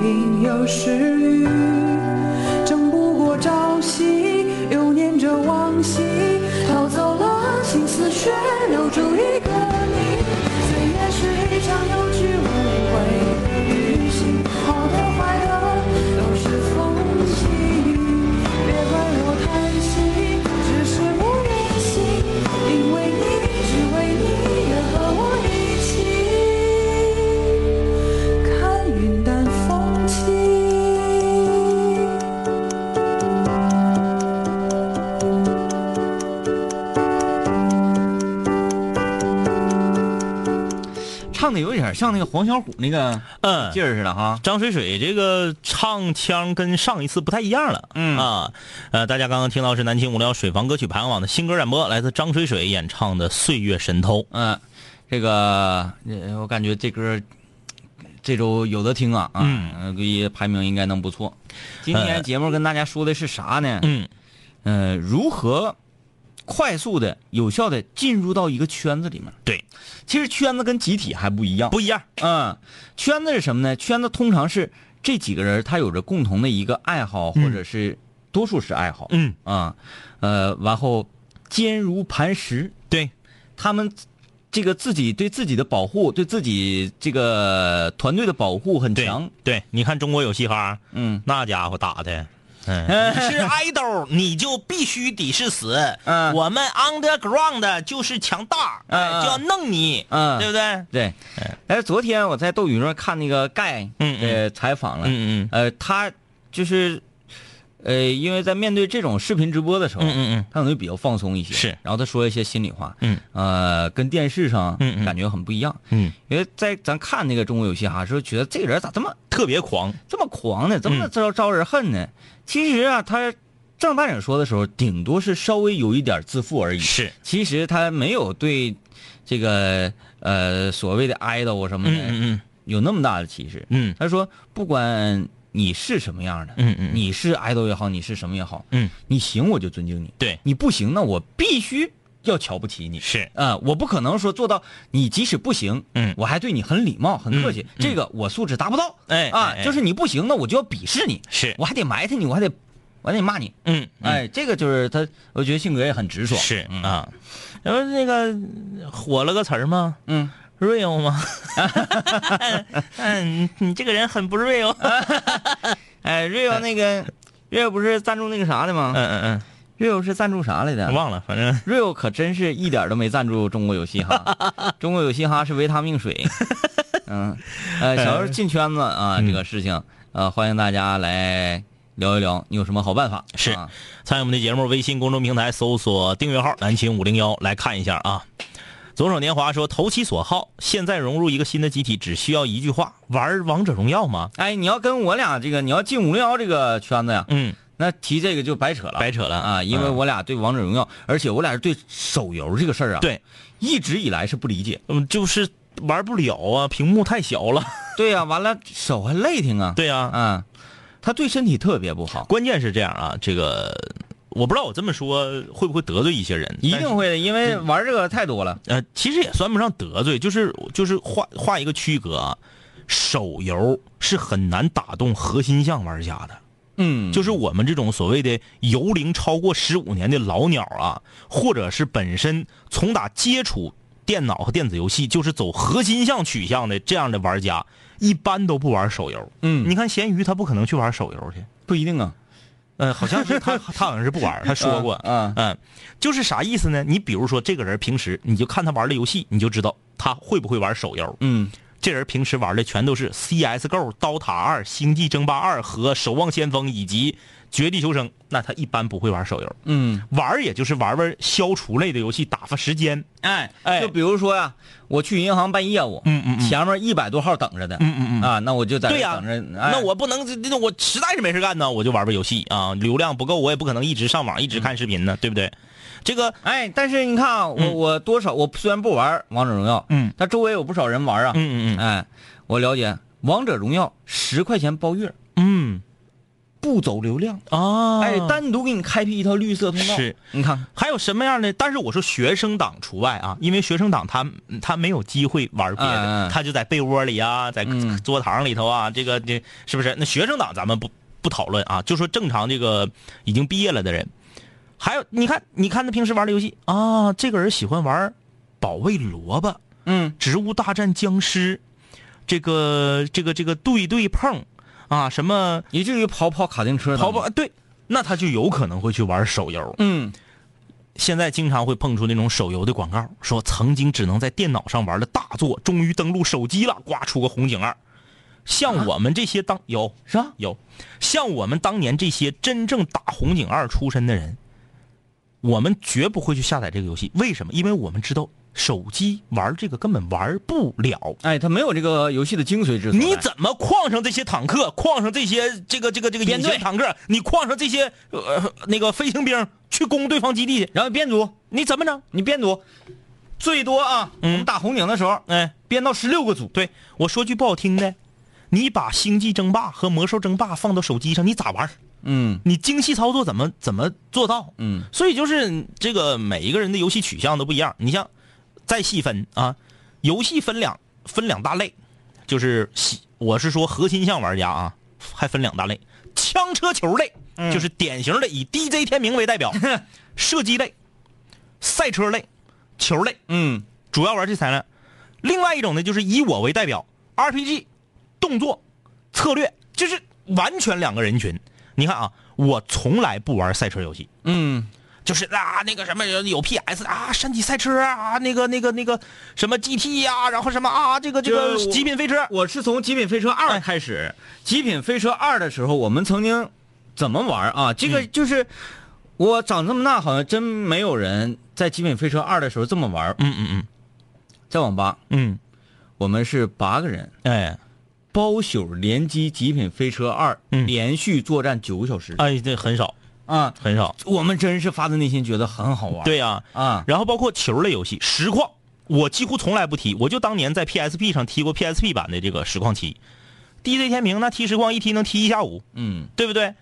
影有时雨，争不过朝夕，又念着往昔，逃走了心思，却留住一个你。岁月是一场有去无回的旅行，好的坏的都是风细雨，别怪我叹息，只是不忍心，因为你，只为你愿和我一起。看云淡风轻。
唱的有点像那个黄小琥那个
嗯
劲儿似的哈。
张水水这个唱腔跟上一次不太一样了，
嗯
啊，呃，大家刚刚听到是南青无聊水房歌曲排行榜的新歌展播，来自张水水演唱的《岁月神偷》。
嗯，这个呃我感觉这歌这周有的听啊啊，
嗯呃
呃估计排名应该能不错。今天节目跟大家说的是啥呢？
嗯，
呃，如何快速的、有效的进入到一个圈子里面？
对，
其实圈子跟集体还不一样。
不一样。
嗯，圈子是什么呢？圈子通常是这几个人他有着共同的一个爱好，或者是多数是爱好。
嗯
啊、呃，然后坚如磐石，
对，
他们这个自己对自己的保护，对自己这个团队的保护很
对
强。，
对，你看中国有嘻哈，
嗯，
那家伙打的，嗯，你是 idol，你 就必须得是死。
嗯
我们 underground 的就是强大，
嗯
哎就要弄你，
嗯
对不对？
对。哎，昨天我在斗鱼上看那个盖，
嗯嗯
呃，采访了，
嗯嗯
呃，他就是，呃，因为在面对这种视频直播的时候，
嗯嗯嗯
他可能比较放松一些，
是
然后他说一些心里话，
嗯，
呃，跟电视上
嗯嗯
感觉很不一样，
嗯，
因为在咱看那个《中国有嘻哈》时候，觉得这个人咋这么
特别狂，
这么狂呢，这
嗯
么招招人恨呢？其实啊，他正大点说的时候，顶多是稍微有一点自负而已，
是，
其实他没有对这个呃所谓的 idol 什么的，
嗯嗯
有那么大的歧视。
嗯
他说不管你是什么样的，
嗯嗯嗯
你是 idol 也好，你是什么也好，
嗯，
你行我就尊敬你，
对
你不行那我必须要瞧不起你。
是，
啊、我不可能说做到你即使不行，
嗯
我还对你很礼貌、很客气，
嗯嗯
这个我素质达不到，
哎
啊，
哎哎
就是你不行，那我就要鄙视你，
是
我还得埋汰你，我还得，我还得骂你，
嗯，嗯
哎，这个就是他，我觉得性格也很直爽，
是啊，然后那个火了个词儿吗？
嗯。
real 吗？ 嗯，你这个人很不 real。
哎，瑞友那个，瑞友不是赞助那个啥的吗？
嗯嗯
瑞友是赞助啥来
嗯，
的？
忘了，反正
瑞友可真是一点儿都没赞助中国有嘻 哈，中国有嘻哈是维他命水。嗯，呃，小时候进圈子
嗯
啊，这个事情，呃，欢迎大家来聊一聊，你有什么好办法？
是
啊
参与我们的节目，微信公众平台搜索订阅号“南秦五零幺”来看一下啊。左手年华说：“投其所好，现在融入一个新的集体，只需要一句话：玩王者荣耀吗
哎，你要跟我俩这个，你要进五零幺这个圈子呀？”，
嗯，
那提这个就白扯了，
白扯了
啊，因为
嗯
我俩对王者荣耀，而且我俩是对手游这个事儿啊，
对，
一直以来是不理解。
嗯，就是玩不了啊，屏幕太小了。
对呀、完了手还累挺啊。
对呀、
啊，他对身体特别不好，
关键是这样啊，这个我不知道我这么说会不会得罪一些人，
一
但是嗯
定会的，因为玩这个太多了。
呃，其实也算不上得罪，就是就是画画一个区隔啊。手游是很难打动核心向玩家的，
嗯，
就是我们这种所谓的游龄超过十五年的老鸟啊，或者是本身从打接触电脑和电子游戏就是走核心向取向的这样的玩家，一般都不玩手游。
嗯
你看咸鱼他不可能去玩手游去，
不一定啊。
呃，好像是他 他好像是不玩，他说过，
嗯
嗯，就是啥意思呢？你比如说这个人平时你就看他玩的游戏，你就知道他会不会玩手游。
嗯，
这人平时玩的全都是 CSGO、刀塔二、星际争霸二和守望先锋以及绝地求生，那他一般不会玩手游。
嗯，
玩儿也就是玩玩消除类的游戏，打发时间。
哎
哎
就比如说呀、我去银行办业务，
嗯嗯嗯
前面一百多号等着的，嗯嗯嗯啊，那我就在
对
这
呀、
等着。哎
那我不能，那我实在是没事干呢，我就玩玩游戏啊。流量不够，我也不可能一直上网一
嗯
直看视频呢，对不对？这个
哎，但是你看啊，我、我多少我虽然不玩王者荣耀，
嗯，
但周围有不少人玩啊，
嗯嗯嗯
哎，我了解王者荣耀十块钱包月，
嗯，
不
不走流量，
啊
哎，单独给你开辟一条绿色通道。
是
你看看，
还有什么样的？但是我说学生党除外啊，因为学生党他他没有机会玩别
嗯
的，
嗯
他就在被窝里啊，在
嗯
桌堂里头啊，这个这是不是？那学生党咱们不不讨论啊，就说正常这个已经毕业了的人，还有你看你看他平时玩的游戏啊，这个人喜欢玩保卫萝卜，
嗯，
植物大战僵尸，这个这个这个对对碰啊，什么
以至于跑跑卡丁车呢
跑跑对，那他就有可能会去玩手游。
嗯，
现在经常会碰出那种手游的广告，说曾经只能在电脑上玩的大作，终于登陆手机了，呱出个红警二。像我们这些当、有
是吧？
有，像我们当年这些真正打红警二出身的人，我们绝不会去下载这个游戏。为什么？因为我们知道手机玩这个根本玩不了。
哎，他没有这个游戏的精髓之所在。
你怎么框上这些坦克，框上这些这个这个这个隐形坦克，你框上这些呃那个飞行兵去攻对方基地去，
然后编组，
你怎么整？
你编组，最多啊，
嗯
我们打红警的时候，
哎，
编到十六个组。
对我说句不好听的，你把《星际争霸》和《魔兽争霸》放到手机上，你咋玩儿？
嗯
你精细操作怎么怎么做到？
嗯，
所以就是这个每一个人的游戏取向都不一样。你像再细分啊，游戏分两分两大类，就是喜我是说核心向玩家啊，还分两大类，枪车球类、就是典型的以 DJ 天明为代表，射击类、赛车类、球类，
嗯，
主要玩这三类。另外一种呢，就是以我为代表，RPG、动作、策略，就是完全两个人群。你看啊，我从来不玩赛车游戏，嗯，就是啊那个什么有 PS 啊，山地赛车啊，那个那个那个什么 GT 呀、然后什么啊，这个这个
这我
极品飞车，
我是从《极品飞车
哎
二》开始，极品飞车二》的时候，我们曾经怎么玩啊？这
嗯
个就是、我长这么大，好像真没有人在《极品飞车二》的时候这么玩。
嗯嗯
在网吧，
嗯
我们是八个人，
嗯，哎
包宿联机《极品飞车二》
嗯
连续作战九个小时
哎，这很少
啊！
很少，
我们真是发自内心觉得很好玩。
对呀、
啊，
然后包括球类游戏，实况我几乎从来不踢，我就当年在 PSP 上踢过 PSP 版的这个实况踢。DJ 天明那踢实况一踢能踢一下午，
嗯
对不对？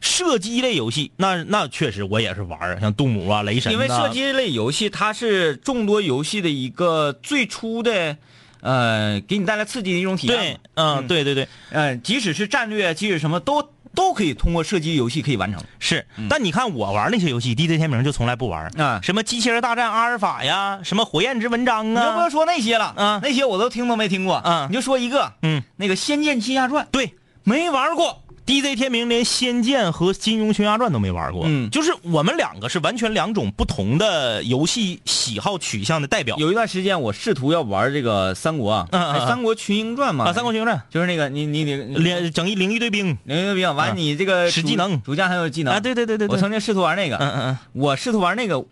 射击类游戏，那那确实我也是玩儿，像杜姆啊、雷神、啊，
因为射击类游戏它是众多游戏的一个最初的，呃，给你带来刺激的一种体验
对
嘛。，
嗯，对对对，
呃，即使是战略，即使什么都都可以通过射击游戏可以完成。
是。但你看我玩那些游戏，DJ 天明就从来不玩儿
嗯啊
什么机器人大战阿尔法呀，什么火焰之纹章
你就不要
啊，
说那些了，
嗯
那些我都听都没听过，
嗯
你就说一个，
嗯，
那个《仙剑奇侠传》，
对，
没玩过，
DJ 天明连《仙剑》和《金庸群侠传》都没玩过，
嗯
就是我们两个是完全两种不同的游戏喜好取向的代表。
有一段时间我试图要玩这个三国啊，
嗯嗯
哎
嗯
三国群英传嘛，
啊，《三国群英传
就是那个你你你》
连整一零一队兵，
零零兵，完
嗯
你这个
使
主
技能
主将还有技能
啊对对对对
嗯
对
我曾经试图玩那个，
嗯嗯嗯，
我试图玩那个，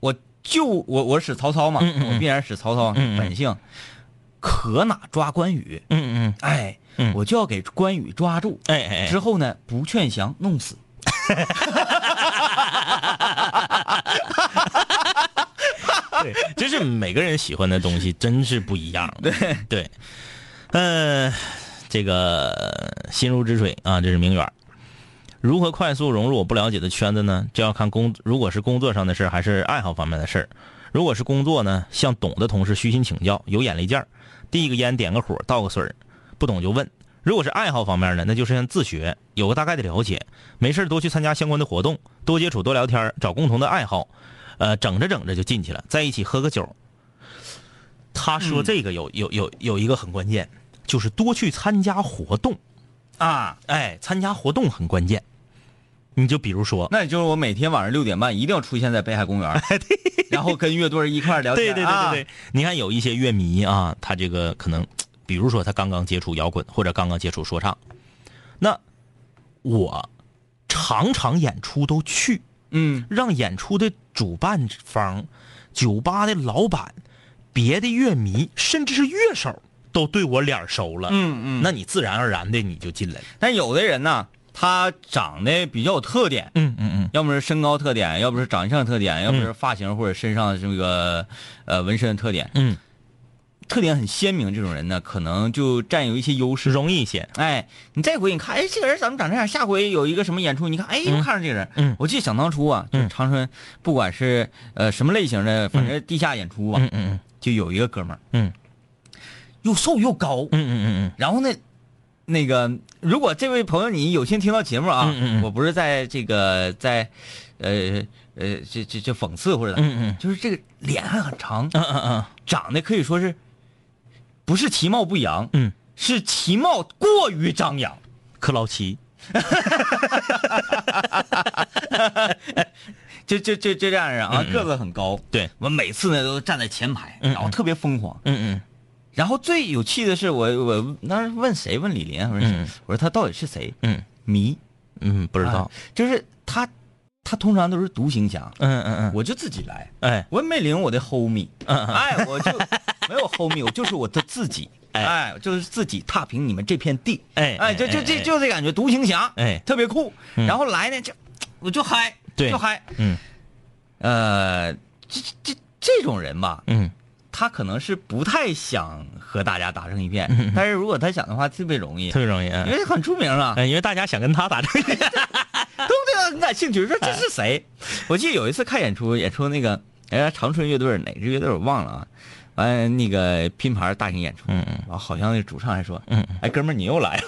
我就我我使曹操嘛，
嗯嗯嗯
我必然使曹操啊
嗯嗯
本性，可哪抓关羽，
嗯嗯
哎，
嗯
我就要给关羽抓住，
嗯，哎哎
之后呢不劝降弄死。
哎，对，就是每个人喜欢的东西真是不一样。对对，呃，这个心如止水啊，这是明远儿。如何快速融入我不了解的圈子呢？这要看工，如果是工作上的事儿，还是爱好方面的事儿。如果是工作呢，向懂的同事虚心请教，有眼力见儿，递个烟，点个火，倒个水儿，不懂就问。如果是爱好方面呢，那就是像自学，有个大概的了解，没事儿多去参加相关的活动，多接触，多聊天儿，找共同的爱好，呃，整着整着就进去了，在一起喝个酒。他说这个有有有有一个很关键，就是多去参加活动。
啊，
哎，参加活动很关键。你就比如说，
那也就是我每天晚上六点半一定要出现在北海公 园，然后跟乐队一块儿聊
对
天。啊
对对对对，你看有一些乐迷啊，他这个可能，比如说他刚刚接触摇滚或者刚刚接触说唱，那我场场演出都去，
嗯，
让演出的主办方、酒吧的老板、别的乐迷，甚至是乐手都对我脸熟了。嗯嗯，那你自然而然的你就进来了。
但有的人呢，他长得比较有特点，
嗯嗯嗯，
要么是身高特点，要不是长相特点，要不是发型或者身上这个呃纹身特点。
嗯，
特点很鲜明这种人呢，可能就占有一些优势，
容易一些。
哎，你这回你看，哎，这个人怎么长这样？下回有一个什么演出，你看，哎，又看上这个人。
嗯
我记得想当初啊，就是长春，不管是呃什么类型的，反正地下演出吧，
嗯嗯嗯
就有一个哥们儿，
嗯，
又瘦又高，
嗯嗯嗯
然后呢，那个如果这位朋友你有幸听到节目啊，
嗯嗯嗯
我不是在这个在，呃呃，这这这讽刺或者咋，
嗯嗯
就是这个脸还很长，
嗯嗯嗯
长得可以说是，不是其貌不扬，
嗯，
是其貌过于张扬。
嗯，克劳奇，
就就就就这样人啊，个子很高。
嗯对
我每次呢都站在前排，然后特别疯狂。
嗯
然后最有趣的是我，我当时问谁？问李林，我说、
嗯
我说他到底是谁？
嗯
迷
嗯嗯，不
不
知道，
就是他，他通常都是独行侠，
嗯嗯嗯，
我就自己来。
哎，嗯
我也没领我的 homie，哎，我就 没有 homie，我就是我的自己，
哎
哎，就是自己踏平你们这片地，
哎
哎，就
哎
就
哎
这
哎
就这感觉，独行侠，
哎
特别酷。然后来呢，就我就嗨，
对
就嗨，
嗯
呃，这这这种人吧，
嗯
他可能是不太想和大家打成一片，但是如果他想的话，特别容易，
嗯特别容易，
因
嗯
为很出名啊，
哎，因为大家想跟他打这个，
对不对？很感兴趣，说这是谁？我记得有一次看演出，演出那个哎长春乐队哪支乐队我忘了啊，完那个拼盘大型演出，嗯嗯，好像那主唱还说，嗯，哎哥们儿你又来了，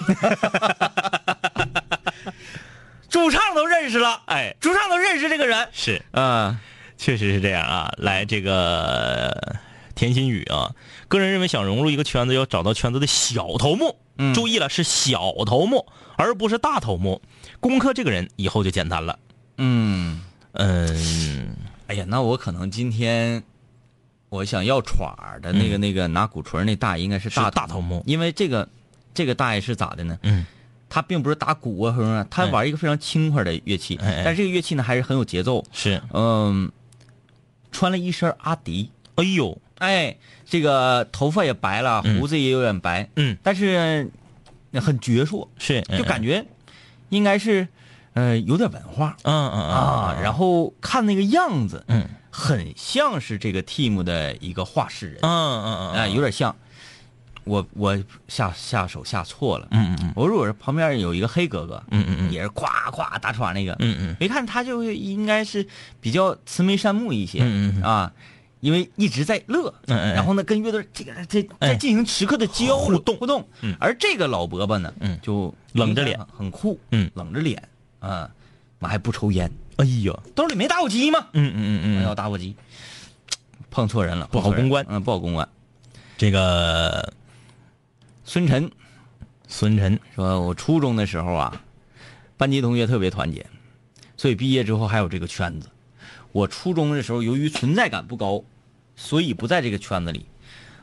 主唱都认识了，
哎，
主唱都认识这个人，
是，
啊，
确实是这样啊。来，这个田心雨啊，个人认为想融入一个圈子，要找到圈子的小头目。
嗯
注意了，是小头目，而不是大头目。攻克这个人以后就简单了。
嗯，
嗯，
哎呀，那我可能今天。我想要喘儿的那个、那个拿鼓槌儿那大爷应该嗯是大
是大头目
因为这个这个大爷是咋的呢？
嗯，
他并不是打鼓啊，或者什么的，他玩一个非常轻快的乐器，
哎哎
但是这个乐器呢还是很有节奏。
是。
嗯，穿了一身阿迪，
哎呦，
哎，这个头发也白了，胡子也有点白，
嗯，
但是呃很矍铄，
是，嗯
就感觉应该是呃有点文化
嗯，嗯嗯
啊。然后看那个样子，
嗯，
很像是这个 team 的一个画室人，
嗯嗯嗯
哎，有点像。我我下下手下错了，
嗯嗯嗯
我如果是旁边有一个黑哥哥，
嗯嗯嗯
也是夸夸打喘那个，
嗯嗯
没看他就会应该是比较慈眉善目一些，
嗯嗯嗯
啊，因为一直在乐，
嗯嗯嗯
然后呢跟乐队这个这
哎
在进行时刻的交互动互动，
嗯
而这个老伯伯呢，
嗯
就
冷着脸
很，很酷，
嗯
冷着脸啊，妈还不抽烟，
哎呀，
兜里没打火机吗？
嗯嗯嗯
没有
嗯，
打火机，碰错人了，
不好
碰错人
公关
嗯，不好公关。
这个
孙晨
孙晨，
说，我初中的时候啊，班级同学特别团结，所以毕业之后还有这个圈子。我初中的时候，由于存在感不高，所以不在这个圈子里。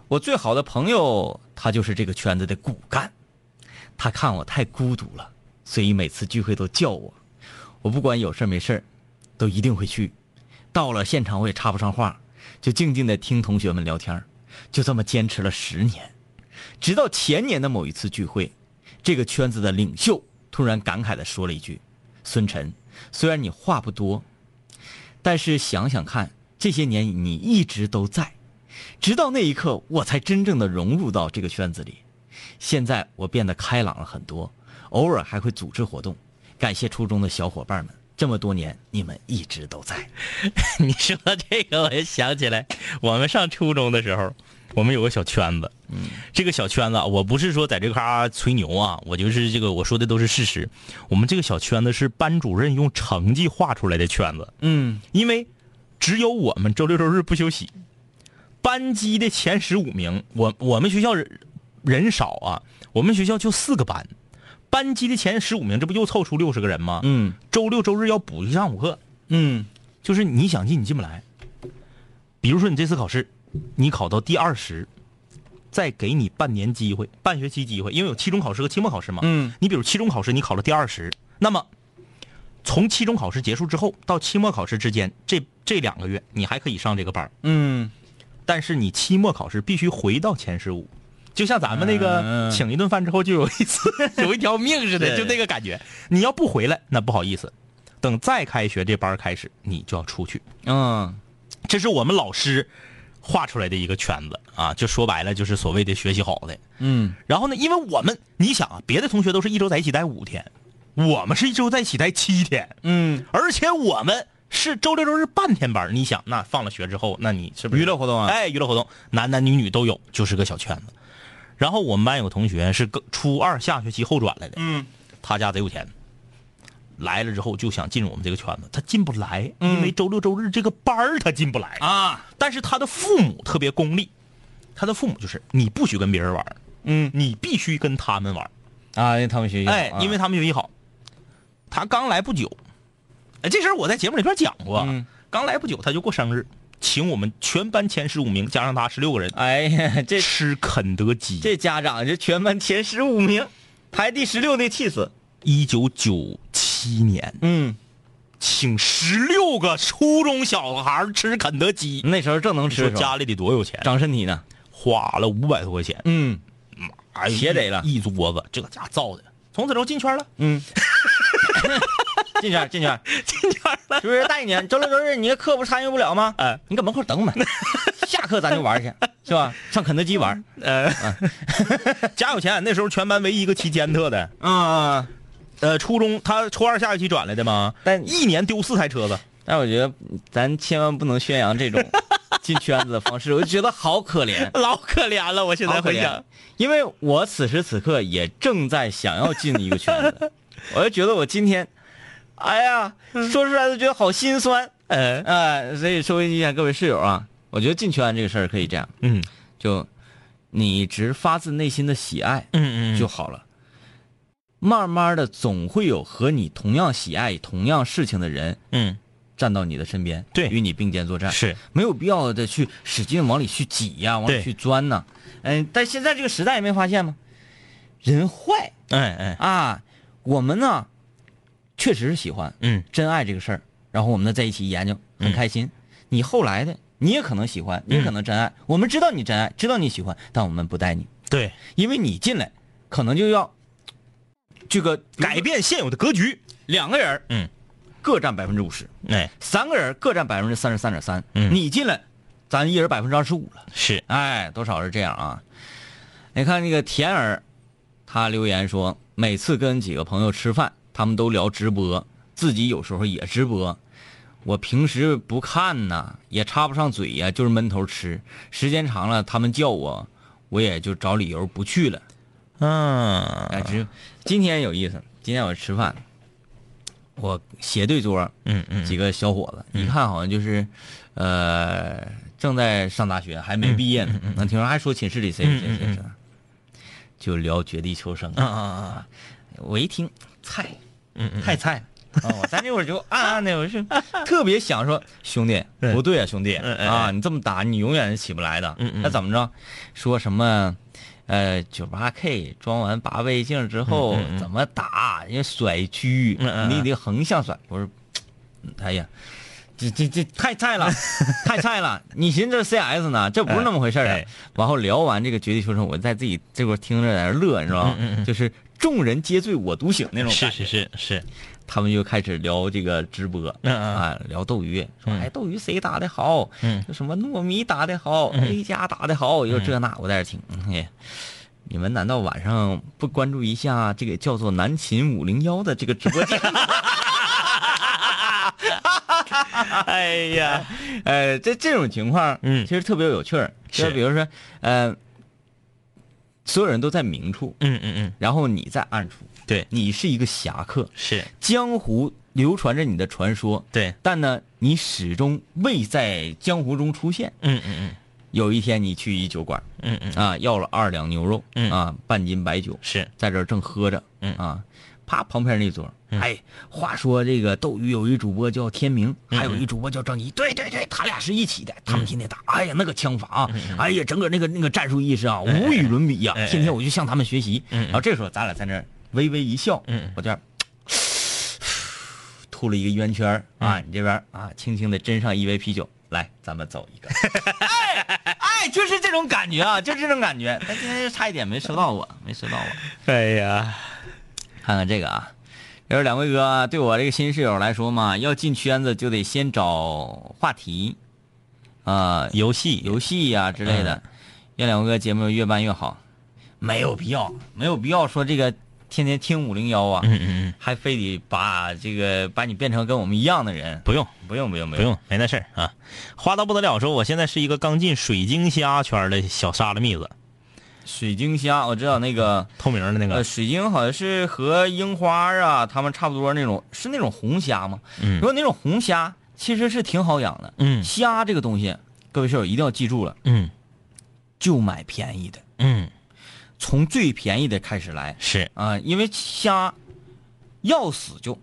我最好的朋友，他就是这个圈子的骨干。他看我太孤独了，所以每次聚会都叫我。我不管有事儿没事儿都一定会去。到了现场，我也插不上话，就静静的听同学们聊天儿就这么坚持了十年，直到前年的某一次聚会，这个圈子的领袖突然感慨的说了一句：“孙晨，虽然你话不多，但是想想看，这些年你一直都在，直到那一刻，我才真正的融入到这个圈子里。现在我变得开朗了很多，偶尔还会组织活动。感谢初中的小伙伴们，这么多年你们一直都在。
你说到这个，我就想起来，我们上初中的时候，我们有个小圈子。嗯，这个小圈子啊，我不是说在这嘎吹牛啊，我就是这个我说的都是事实。我们这个小圈子是班主任用成绩画出来的圈子，
嗯
因为只有我们周六周日不休息，班级的前十五名，我我们学校人人少啊，我们学校就四个班，班级的前十五名，这不又凑出六十个人吗？
嗯
周六周日要补一上午课。
嗯
就是你想进你进不来。比如说你这次考试，你考到第二十，再给你半年机会、半学期机会，因为有期中考试和期末考试嘛。
嗯，
你比如期中考试你考了第二十，那么从期中考试结束之后到期末考试之间，这这两个月你还可以上这个班儿
嗯
但是你期末考试必须回到前十五。就像咱们那
嗯
个请一顿饭之后就有一次 有一条命似的，
是
就那个感觉。你要不回来，那不好意思，等再开学这班儿开始，你就要出去。
嗯
这是我们老师画出来的一个圈子啊，就说白了就是所谓的学习好的。
嗯，
然后呢，因为我们你想啊，别的同学都是一周在一起待五天，我们是一周在一起待七天，
嗯，
而且我们是周六周日半天班儿。你想，那放了学之后，那你是不是
娱乐活动啊
哎，娱乐活动，男男女女都有，就是个小圈子。然后我们班有个同学是个初二下学期后转来的，嗯，他家贼有钱，来了之后就想进入我们这个圈子，他进不来，因为周六周日这个班儿他进不来
嗯啊。
但是他的父母特别功利，他的父母就是你不许跟别人玩儿，
嗯
你必须跟他们玩儿。
啊，因为他们学习好，
哎，因为他们学习好，他刚来不久，哎，这事儿我在节目里边讲过，
嗯
刚来不久他就过生日，请我们全班前十五名加上他十六个人
啊哎 呀，这
吃肯德基。
这家长这全班前十五名，排第十六那气死。
一九九七年，
嗯，
请十六个初中小孩儿吃肯德基，
那时候正能
你说
吃，
家里得多有钱，
长身体呢。
花了五百多块钱，
嗯
哎呀，
且得了
一桌子，这家造的。从此之后进圈了，
嗯， 进圈儿 进圈儿，
进圈了。
是不是大一年周六周日你这课不参与不了吗？
哎
你搁门口等 我们，下课咱就玩去，是吧？上肯德基玩。
家有钱，那时候全班唯一一个骑尖特的，
啊，
呃，初中他初二下学期转来的嘛，
但
一年丢四台车子，
但我觉得咱千万不能宣扬这种进圈子的方式，我就觉得好可怜。
老可怜了。我现
好
在
可
回
怜
想，，
因为我此时此刻也正在想要进一个圈 子，我就觉得我今天，哎呀，
嗯
说出来都觉得好心酸。
呃，
哎，所以收音机前各位室友啊，我觉得进圈这个事儿可以这样，
嗯
就你只发自内心的喜爱
嗯
就好了。慢慢的，总会有和你同样喜爱同样事情的人
嗯，
站到你的身边，
对
与你并肩作战，
是
没有必要的去使劲往里去挤呀、往里
对
去钻呐、嗯、但现在这个时代，没发现吗？人坏
哎哎，
啊，我们呢，确实是喜欢，
嗯，
真爱这个事儿，然后我们呢在一起研究，很开心。你后来的，你也可能喜欢，你也可
嗯
能真爱。我们知道你真爱，知道你喜欢，但我们不带你，
对，
因为你进来可能就要这个
改变现有的格局，
两个人，
嗯，
各占百分之五十，
哎，
三个人各占百分之三十三点三。
嗯
你进来，咱一人百分之二十五了。
是，
哎，多少是这样啊？你看那个田儿，他留言说，每次跟几个朋友吃饭，他们都聊直播，自己有时候也直播。我平时不看呐，也插不上嘴呀、就是闷头吃。时间长了，他们叫我，我也就找理由不去了。
嗯
哎，直今天有意思，今天我吃饭，我斜对桌，
嗯嗯，
几个小伙子，一看好像就是，呃，正在上大学，还没毕业
嗯
呢。那听说还说寝室里谁谁谁谁谁，就聊《绝地求生》
啊啊啊，
我一听菜，
嗯
太菜了。啊，我在那会儿就暗暗的，我 是特别想说，兄弟，不对啊，兄弟
嗯
啊，你这么打，你永远是起不来的。那怎么着？说什么？呃，九八 K 装完八倍镜之后怎么打？人家甩狙
嗯嗯，嗯
你得横向甩。我说，哎呀，这这 这太菜了， 太菜了！你寻思这 CS 呢？这不是那么回事儿啊
哎哎！
然后聊完这个《绝地求生》，我在自己这块儿听着在那儿乐，你知道吗？就是众人皆醉我独醒那种
嗯是
感
是
觉。
是是，
他们就开始聊这个直播，
嗯嗯
啊，聊斗鱼，说哎，斗鱼谁打的好？
嗯
就什么糯米打的好，A 加打的好，又这那，我在这听，哎，你们难道晚上不关注一下这个叫做南秦五零幺的这个直 播间？
哎呀，
呃，这这种情况，
嗯
其实特别有趣儿，就是比如说，呃，所有人都在明处，
嗯嗯嗯，
然后你在暗处，
对，
你是一个侠客，
是
江湖流传着你的传说，
对，
但呢，你始终未在江湖中出现。
嗯嗯
有一天，你去一酒馆，
嗯嗯嗯，
啊，要了二两牛肉，
嗯
啊，半斤白酒，
是，
在这儿正喝着，
嗯
啊，啪，旁边那桌，哎，话说这个斗鱼有一主播叫天
嗯
明，还有一主播叫张一，对对对，他俩是一起的，他们天天打，哎呀，那个枪法啊，哎呀，整个那个那个战术意识啊，无与伦比呀、
嗯哎哎
天天我就向他们学习。
嗯嗯
然后这时候咱俩在那儿微微一笑，
嗯
我这儿。 吐了一个圆圈儿啊，你这边儿啊，轻轻的斟上一杯啤酒，来，咱们走一个。 哎，就是这种感觉啊，就是这种感觉。但今天就差一点没收到我，没收到我。
哎呀，
看看这个啊，要是两位哥对我这个新室友来说嘛，要进圈子就得先找话题，啊、
游戏
游戏呀、之类的，月亮哥节目越办越好，嗯没有必要，没有必要说这个天天听五零幺啊，
嗯嗯嗯，
还非得把这个把你变成跟我们一样的人，
不用
不用不用不
不用，没那事儿啊。花到不得了说，我现在是一个刚进水晶虾圈的小沙拉蜜子，
水晶虾我知道那个
透明的那
呃
个，
水晶好像是和樱花啊它们差不多那种，是那种红虾吗？
嗯
如果那种红虾其实是挺好养的，
嗯
虾这个东西，各位室友一定要记住了，
嗯
就买便宜的，
嗯，
从最便宜的开始来
是
啊、因为虾要死就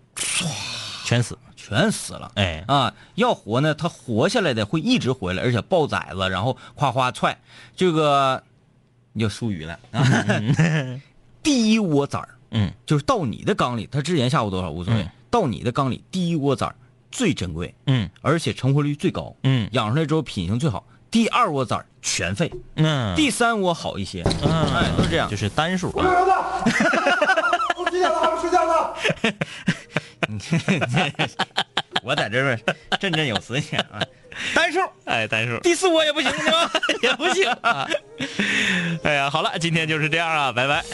全死，
全死了。
哎，
啊，要活呢，它活下来的会一直回来，而且抱崽子，然后夸夸踹，这个你就术语了啊。 第一窝崽儿
嗯
就是到你的缸里，它之前下过多少无所谓，
嗯
到你的缸里第一窝崽儿最珍贵，
嗯
而且成活率最高，
嗯
养出来之后品行最好。第二窝崽儿全废，
嗯，
第三窝好一些，哎，都是这样
就。是单数
我，儿子，我几点了还不睡觉呢？
我在这儿振振有词呢 啊，
单数，哎，单数。
第四窝也不行是吧？ 也不行。
哎呀，好了，今天就是这样啊，拜拜。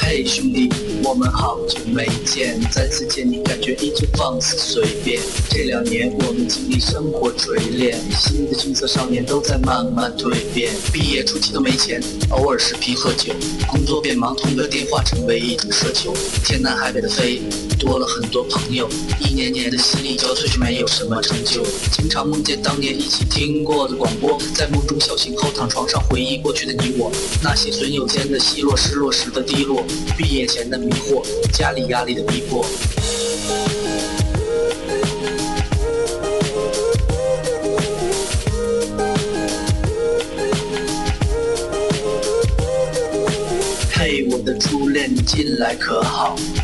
嘿，兄弟，我们好久没见，再次见你感觉依旧放肆随便。这两年我们经历生活锤炼，新的青涩少年都在慢慢蜕变。毕业初期都没钱，偶尔视频喝酒，工作变忙，通个电话成为一种奢求。天南海北的飞，多了很多朋友，一年年的心力交瘁却没有什么成就。经常梦见当年一起听过的广播，在梦中小醒后躺床上回忆过去的你我，那些损友间的奚落，失落时的低落，毕业前的迷惑，家里压力的逼迫。嘿，我的初恋，你近来可好？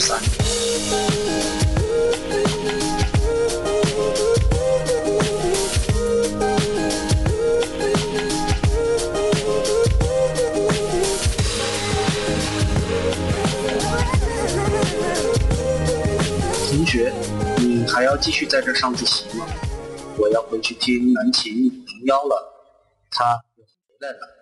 三。同学，你还要继续在这儿上自习吗？我要回去听南琴五零幺了，他回来了。